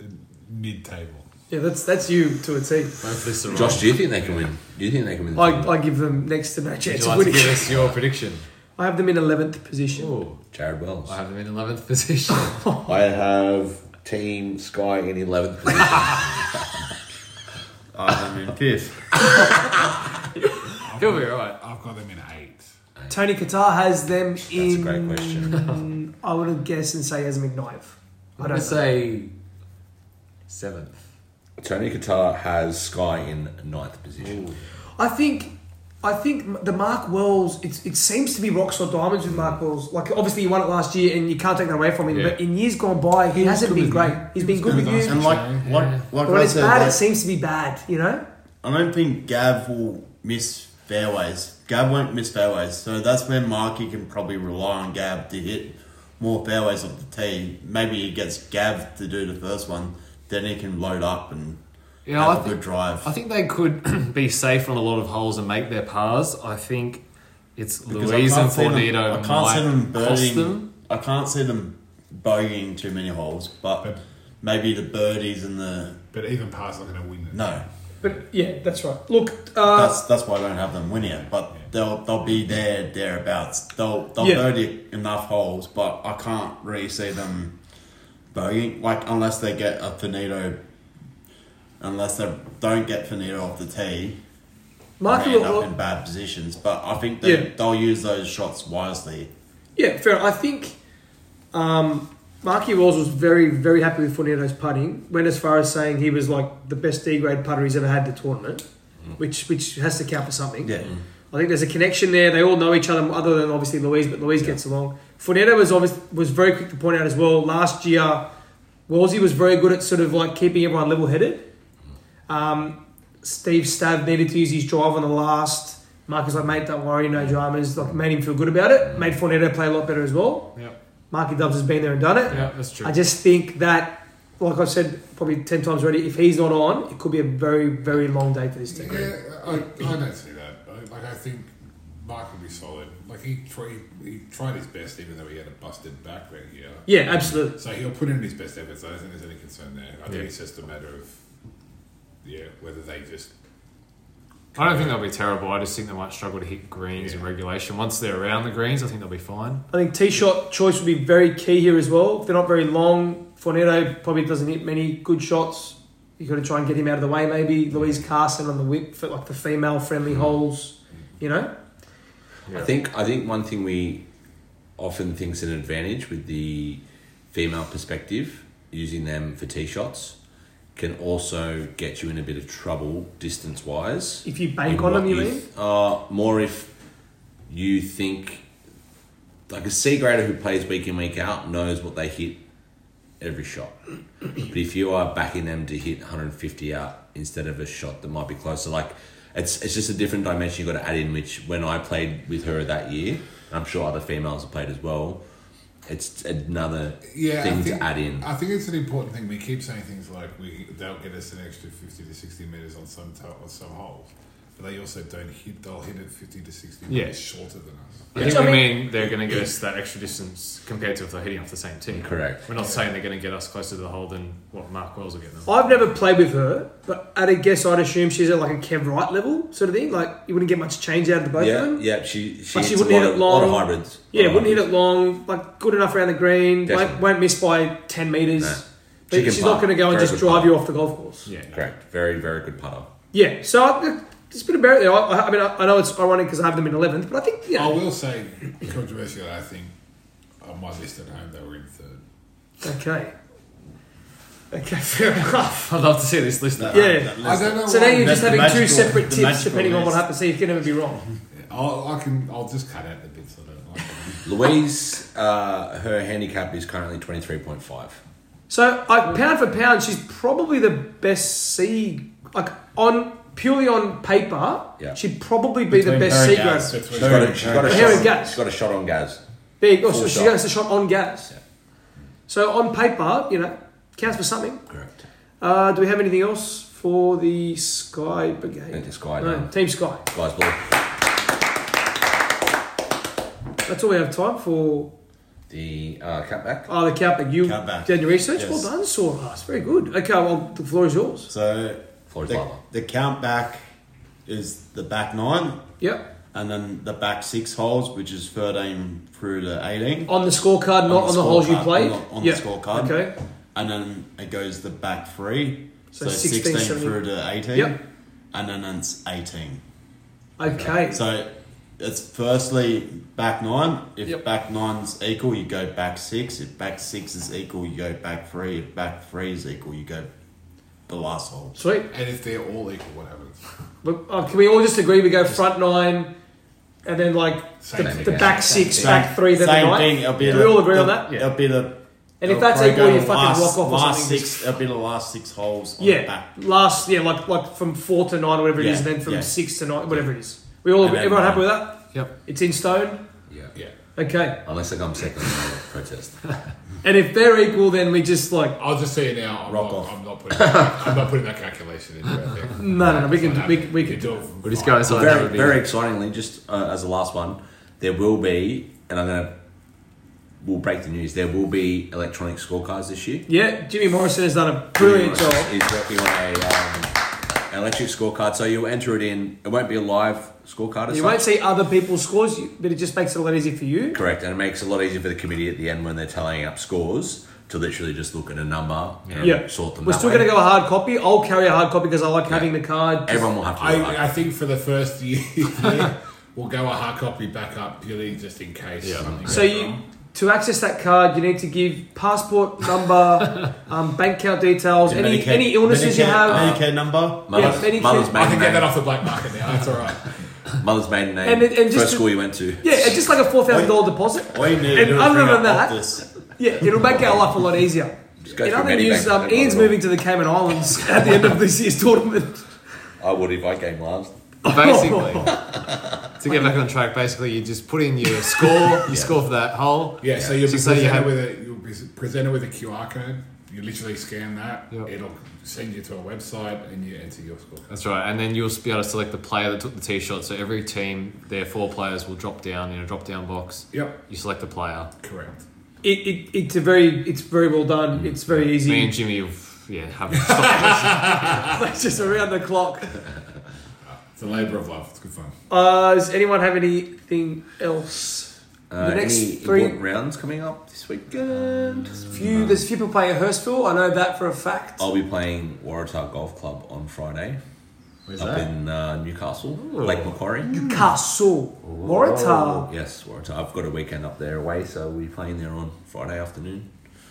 S1: in mid table.
S2: Yeah, that's that's you to a T.
S5: Hopefully, it's the Royal.
S4: Josh, do you think they can win? Do you think they can win? The
S2: I,
S4: final?
S2: I give them next to no
S5: Would
S2: chance
S5: you
S2: of
S5: like to
S2: winning.
S5: give us your prediction?
S2: I have them in 11th position.
S5: Ooh,
S4: Jared Wells.
S5: I have them in eleventh position.
S4: I have Team Sky in eleventh position.
S6: I'm in fifth.
S5: He'll be alright.
S1: I've got them in eight.
S2: Tony Qatar has them in.
S4: That's a great question.
S2: I would guess and say he has them in ninth. I
S5: I'm
S2: don't know.
S5: gonna say seventh.
S4: Tony Qatar has Sky in ninth position.
S2: I think, I think the Mark Wells. It's, it seems to be rocks or diamonds with Mark Wells. Like obviously he won it last year, and you can't take that away from him.
S5: Yeah.
S2: But in years gone by, he, hasn't been great. He's been good
S1: good
S2: with
S1: with us.
S2: you.
S6: And like
S1: Yeah.
S6: what like
S2: But when
S6: I
S2: it's
S6: said,
S2: bad,
S6: like,
S2: it seems to be bad. You know.
S6: I don't think Gav will miss fairways. Gav won't miss fairways, so that's when Marky can probably rely on Gav to hit more fairways off the tee. Maybe he gets Gav to do the first one, then he can load up and
S5: Yeah,
S6: have
S5: I
S6: a
S5: think
S6: good drive.
S5: I think they could be safe on a lot of holes and make their pars. I think It's
S6: Because
S5: Louise
S6: I
S5: and
S6: can't see them-
S5: Fornito
S6: I can't see them
S5: might cost
S6: birding.
S5: them.
S6: I can't see them bogeying too many holes, but
S1: But-
S6: maybe the birdies and the
S1: But even Parr's not going to win it.
S6: no.
S2: But yeah, that's right. Look, uh,
S6: That's that's why I don't have them win yet. But they'll they'll be there thereabouts. They'll they'll
S2: Yeah.
S6: birdie enough holes, but I can't really see them bogeying. Like unless they get a finito, unless they don't get finito off the tee.
S2: Mark
S6: they
S2: will
S6: end up in bad positions. But I think they,
S2: Yeah.
S6: they'll use those shots wisely.
S2: Yeah, fair. I think um, Marky Walls was very, very happy with Fornito's putting. Went as far as saying he was like the best D grade putter he's ever had in the tournament, which which has to count for something.
S6: Yeah.
S2: I think there's a connection there. They all know each other, other than obviously Louise, but Louise gets along. Fornetto was obviously was very quick to point out as well. Last year, Wolsey was very good at sort of like keeping everyone level headed. Um, Steve Stav needed to use his drive on the last. Mark was like, mate, don't worry, no dramas. Like, made him feel good about it. Made Fornetto play a lot better as well.
S5: Yep.
S2: Marky Dubs has been there and done it.
S5: Yeah, that's true.
S2: I just think that, like I've said probably 10 times already, if he's not on, it could be a very, very long day for this team.
S1: Yeah, I, I don't see that. I, like I think Mark will be solid. Like he, tr- he he tried his best, even though he had a busted back that year.
S2: Yeah, absolutely.
S1: So he'll put in his best efforts. I don't think there's any concern there. I think
S5: Yeah.
S1: it's just a matter of yeah, whether they just
S5: I don't think they'll be terrible. I just think they might struggle to hit greens in
S1: Yeah.
S5: regulation. Once they're around the greens, I think they'll be fine.
S2: I think tee shot choice would be very key here as well. If they're not very long, Fornetto probably doesn't hit many good shots. you got to try and get him out of the way, maybe. Louise Carson on the whip for like the female friendly
S4: Mm.
S2: holes, you know?
S5: Yeah.
S4: I think I think one thing we often think's an advantage with the female perspective, using them for tee shots, can also get you in a bit of trouble distance wise.
S2: If you bank on them, you mean?
S4: Uh, more if you think like a C grader who plays week in week out knows what they hit every shot. But if you are backing them to hit 150 out instead of a shot that might be closer, like it's it's just a different dimension you got to add in. Which when I played with her that year, and I'm sure other females have played as well. It's another
S1: yeah.
S4: thing
S1: I think,
S4: to add in.
S1: I think it's an important thing. We keep saying things like we they'll get us an extra fifty to sixty meters on some t- on some holes, but they also don't hit. They'll hit it fifty to sixty
S5: Yeah.
S1: meters shorter than us.
S5: I
S2: Which I
S5: think we mean, they're going to get us that extra distance compared to if they're hitting off the same tee.
S4: Correct.
S5: We're not saying they're going to get us closer to the hole than what Mark Wells will get them.
S2: I've never played with her, but at a guess, I'd assume she's at like a Kev Wright level sort of thing. Like, you wouldn't get much change out of the both of
S4: Yeah,
S2: them.
S4: yeah. She she,
S2: But
S4: hits
S2: she
S4: a
S2: wouldn't
S4: lot
S2: hit it
S4: of, lot of
S2: long.
S4: hybrids.
S2: Yeah,
S4: Lot of
S2: wouldn't hit it
S4: hybrids.
S2: long, like good enough around the green, won't,
S4: Definitely.
S2: won't miss by 10 metres.
S4: No.
S2: But
S4: She can
S2: she's
S4: putt.
S2: not going to go and
S4: Very
S2: just
S4: good
S2: drive
S4: putt.
S2: you off the golf course.
S5: Yeah.
S4: Correct. Very very good putter.
S2: Yeah, so I, it's a bit of merit there. I, I mean, I, I know it's ironic because I have them in 11th, but I think, you
S1: I
S2: know,
S1: will say controversial. I think on my list at home they were in third.
S6: Oh.
S2: okay. Okay, fair enough.
S5: I'd love to see this list.
S6: That-
S2: Yeah.
S6: that
S1: I
S6: list-
S1: don't know.
S2: So
S1: why-
S2: now you're
S6: That's
S2: just having
S6: the
S2: two
S6: magical-
S2: separate
S6: the
S2: tips
S6: magical
S2: depending on what
S6: list.
S2: happens, so you can never be wrong.
S1: I'll, I can. I'll just cut out the bits I don't like.
S4: Louise, uh, her handicap is currently 23.5.
S2: So, like, pound for pound, she's probably the best C, like, on purely on paper,
S4: Yeah.
S2: she'd probably be the best
S6: her
S2: C
S6: and
S2: grade.
S6: Gaz.
S1: That's what
S4: She's got a, she's got a
S2: Harry
S4: shot.
S2: Gaz.
S4: She's got a shot on Gaz.
S2: There you go. So
S4: Full
S2: she
S4: shot.
S2: goes to shot on gas.
S4: Yeah.
S2: So on paper, you know, counts for something.
S4: Correct.
S2: Uh, do we have anything else for the Sky Brigade?
S4: Thank you, Sky,
S2: No,
S4: no.
S2: Team Sky.
S4: Guys, ball.
S2: That's all we have time for.
S4: The uh, cutback.
S2: Oh, the Cowpack. You
S6: Cowpack.
S2: did your research.
S6: Yes.
S2: Well done, Sawhurst. Very good. Okay, well, the floor is yours.
S6: So
S4: Floyd's
S6: the,
S4: Lava.
S6: the count back is the back nine,
S2: Yep.
S6: and then the back six holes, which is thirteen through to eighteen,
S2: On the scorecard, not on the, holes you
S6: scorecard,
S2: played.
S6: On the, on
S2: Yep.
S6: the scorecard.
S2: Okay.
S6: And then it goes the back three,
S2: So
S6: so,
S2: 16,
S6: 16,
S2: 17.
S6: through to eighteen,
S2: Yep.
S6: and then it's eighteen.
S2: Okay.
S6: So it's firstly back nine. If
S5: Yep.
S6: back nine's equal, you go back six. If back six is equal, you go back three. If back three is equal, you go the last hole.
S2: Sweet.
S1: And if they're all equal, what happens?
S2: But, uh, can we all just agree we go front nine, and then like
S1: Same
S2: the,
S1: thing,
S2: the
S1: yeah.
S2: back six, back three, then
S6: same
S2: the ninth?
S6: thing. It'll be
S2: Do
S6: the,
S2: we all agree
S6: the,
S2: on that?
S5: Yeah.
S6: It'll be the.
S2: And if
S6: it'll
S2: that's
S6: probably
S2: equal,
S6: go
S2: you fucking
S6: last,
S2: rock off or
S6: last
S2: something.
S6: six. It'll be the last six holes. On The
S2: Yeah,
S6: back.
S2: last yeah, like like from four to nine, whatever it
S6: Yeah,
S2: is, and then from
S6: yeah.
S2: six to nine, whatever it is. We all
S6: And then
S2: everyone
S6: nine.
S2: happy with that?
S5: Yep.
S2: It's in stone.
S4: Yeah.
S1: Yeah.
S2: Okay.
S4: Unless I come second, I'll protest.
S2: And if they're equal, then we just like
S1: I'll just say it now. I'm
S4: Rock
S1: not,
S4: off.
S1: I'm not putting. I'm not putting that calculation into it. I think.
S2: no, no, no. We
S1: It's
S2: can
S1: not
S2: we,
S1: happening.
S2: we
S1: You
S2: can.
S1: do it
S10: We'll just go
S1: fine.
S10: inside.
S4: very,
S10: Very,
S4: very excitingly, just uh, as the last one, there will be, and I'm going to, we'll break the news, there will be electronic scorecards this year.
S2: Yeah, Jimmy Morrison has done a brilliant
S4: He's-
S2: job.
S4: He's working on a, um, an electric scorecard, so you'll enter it in, it won't be a live scorecard. as
S2: You
S4: such.
S2: won't see other people's scores, you- but it just makes it a lot easier for you.
S4: Correct, and it makes it a lot easier for the committee at the end when they're tallying up scores to literally just look at a number and
S2: Yeah.
S4: sort them
S2: We're
S4: that
S2: still
S4: way.
S2: going to go a hard copy. I'll carry a hard copy because I like having the card. just-
S4: Everyone will have to do that.
S1: I, I think for the first year, we'll go a hard copy back up purely just in case. Yeah.
S2: So you
S6: um,
S2: to access that card, you need to give passport number, um, bank account details, any
S6: Medicare-
S2: any illnesses you
S6: Medicare-
S2: have.
S6: Medicare number.
S4: Mother's,
S2: anything-
S4: mother's
S1: I
S4: maiden
S1: can get that
S4: name,
S1: off the black market now. That's all right.
S4: mother's maiden name,
S2: And it- and just
S4: first
S2: to-
S4: school you went to.
S2: Yeah, it's just like a four thousand dollar deposit.
S6: All you need to
S2: And
S6: do is
S2: other
S6: ring
S2: than
S6: up
S2: that-
S6: Optus.
S2: Yeah, it'll make our life a lot easier.
S4: go
S2: In
S4: through
S2: other news,
S4: Medibank.
S2: um, Ian's moving to the Cayman Islands at the end of this year's tournament.
S4: I would if I came last.
S10: basically, to get back on track, basically you just put in your score, you score for that hole.
S1: Yeah, so you'll be
S10: So
S1: presented
S10: you have-
S1: with a you'll be presented with a QR code. You literally scan that.
S10: Yep.
S1: It'll send you to a website and you enter your score.
S5: That's right, and then you'll be able to select the player that took the tee shot. So every team, their four players will drop down in a drop down box.
S1: Yep,
S5: You select the player.
S1: correct.
S2: It, it, it's a very it's very well done. It's very
S5: Me
S2: easy.
S5: and Jimmy, will, yeah, have stopped
S2: It's just around the clock.
S1: It's a labour of love. It's good fun.
S2: Uh, does anyone have anything else?
S4: Uh,
S2: the next
S4: any
S2: three
S4: important rounds coming up this weekend?
S2: few there's a few people playing at Hurstville. I know that for a fact.
S4: I'll be playing Waratah Golf Club on Friday
S6: Where's
S4: up
S6: that?
S4: in uh, Newcastle, Lake Macquarie.
S2: Castle
S4: Oh.
S2: Waratah.
S4: Yes, Waratah. I've got a weekend up there away, so we'll be playing there on Friday afternoon.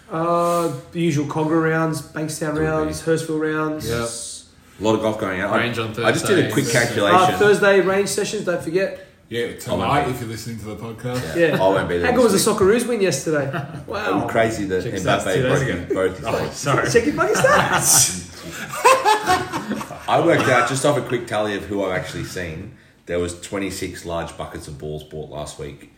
S2: Uh, the usual Cogra rounds, Bankstown rounds, Hurstville rounds.
S5: Yep.
S4: A lot of golf going out. I-
S5: Range on
S4: I just did a
S5: Thursdays.
S4: quick calculation.
S2: Uh, Thursday range sessions. Don't forget.
S1: Yeah, tonight Oh, if you're listening to the podcast.
S2: Yeah.
S4: I won't be there.
S2: How good was
S4: this
S2: the Socceroos win yesterday?
S4: week. It was
S2: Wow.
S4: crazy that
S6: Check stats two days ago.
S4: Mbappe broke, broke his
S5: Oh,
S4: leg.
S6: Sorry.
S2: Check your fucking stats.
S4: I worked out just off a quick tally of who I've actually seen. There was 26 large buckets of balls bought last week.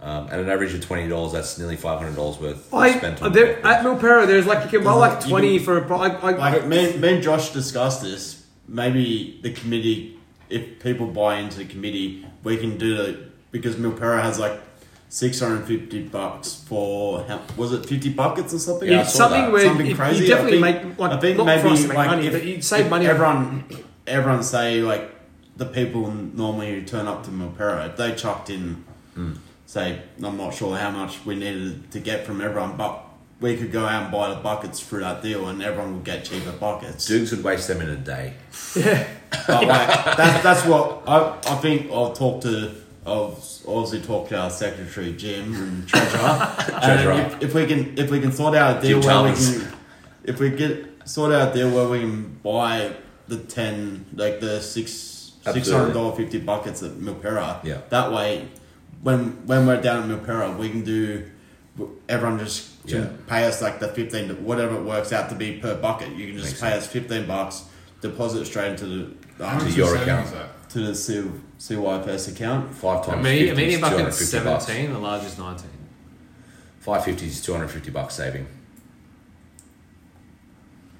S4: Um, at an average of twenty dollars, that's nearly five hundred dollars worth
S2: I,
S4: spent on.
S2: there,
S4: golf
S2: at Milpera, there's like you can buy like
S6: Doesn't- you
S2: 20
S6: can-
S2: for a. pro- I, I,
S6: Like me, me and Josh discussed this. Maybe the committee, if people buy into the committee, we can do the because Milpera has like six hundred and fifty bucks for how, was it fifty buckets or something?
S4: Yeah, I
S2: it's
S4: saw
S2: something
S4: that.
S2: where
S6: something
S2: you,
S6: crazy.
S2: you definitely
S6: I think,
S2: make like
S6: I think
S2: not
S6: maybe
S2: for us to make
S6: like,
S2: money,
S6: if,
S2: but you save
S6: if
S2: money.
S6: Everyone, everyone say like the people normally who turn up to Milpera, if they chucked in, say I'm not sure how much we needed to get from everyone, but we could go out and buy the buckets through that deal, and everyone would get cheaper buckets.
S4: Dukes would waste them in a day.
S6: But like, that's that's what I I think I'll talk to. I've obviously talked to our secretary Jim and treasurer.
S4: Treasurer.
S6: And if, if we can if we can sort out a deal
S4: Jim
S6: where we
S4: Chalmers.
S6: can if we get sort out a deal where we can buy the ten like the six six hundred dollar fifty buckets at Milpera.
S4: Yeah.
S6: That way, when when we're down at Milpera, we can do. Everyone just can
S4: Yeah.
S6: pay us like the fifteen whatever it works out to be per bucket. You can
S4: Makes
S6: just pay us fifteen bucks, deposit straight into the uh,
S1: How much
S4: your
S1: is that?
S4: account.
S6: to the C- CYFS account.
S4: Five
S5: A
S4: times
S5: medium,
S4: 50
S5: medium
S4: is
S5: bucket's
S4: 250 bucks.
S5: 17, the large is 19.
S4: 550 is 250 bucks saving.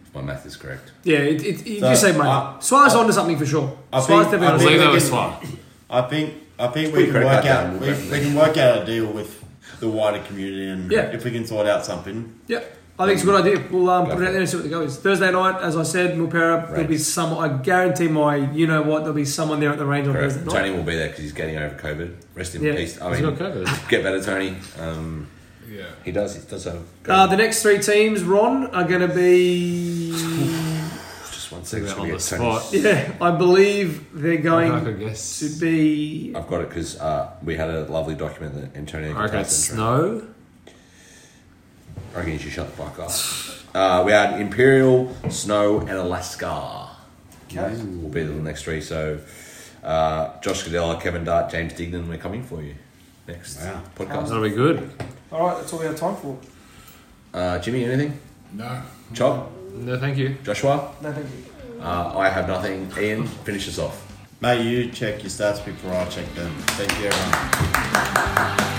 S4: If my math is correct.
S2: Yeah, it, it, you
S6: So,
S2: do save money.
S6: I-
S2: Suarez onto something for sure.
S6: I
S2: Suarez
S6: think-
S5: I
S2: definitely.
S5: believe
S6: we
S5: that was
S6: can-
S5: swap.
S6: I think I think
S4: Put
S6: we
S4: your
S6: can
S4: credit
S6: work
S4: card down,
S6: out we,
S4: we'll go from
S6: we can work out a deal with the wider community and
S2: Yeah.
S6: if we can sort out something.
S2: Yeah, I think it's a good idea. We'll um,
S4: Go
S2: put it
S4: for
S2: out
S4: it.
S2: there and see what the go is. Thursday night, as I said, Milpera, there'll be
S4: Range.
S2: some. I guarantee my, you know what, there'll be someone there at the range on
S4: Correct.
S2: Thursday night.
S4: Tony will be there because he's getting over COVID. Rest in
S2: Yeah.
S4: peace. I
S5: He's
S4: mean,
S5: got COVID.
S4: get better, Tony. Um,
S1: Yeah.
S4: he does. He does have.
S2: Uh, the next three teams, Ron, are going to be.
S4: Just one second.
S5: We're
S4: should
S5: on
S4: we
S5: the
S4: get Tony's-
S5: spot.
S2: Yeah, I believe they're
S5: I
S2: going
S5: could guess.
S2: to be.
S4: I've got it because uh, we had a lovely document that Antonio.
S5: I reckon
S4: Conte
S5: it's
S4: sent around.
S5: snow.
S4: I reckon you should shut the fuck up. Uh, we had Imperial, Snow, and Alaska. Will be the next three. So, uh, Josh Cadella, Kevin Dart, James Dignan, we're coming for you next
S6: Wow.
S4: podcast.
S5: That'll be good.
S2: All right, that's all we have time for.
S4: Uh, Jimmy, anything?
S1: No.
S4: Chob,
S5: No, thank you.
S4: Joshua,
S2: No, thank you.
S4: uh, I have nothing. Ian, finish us off.
S6: Mate, you check your stats before I check them. Thank you everyone.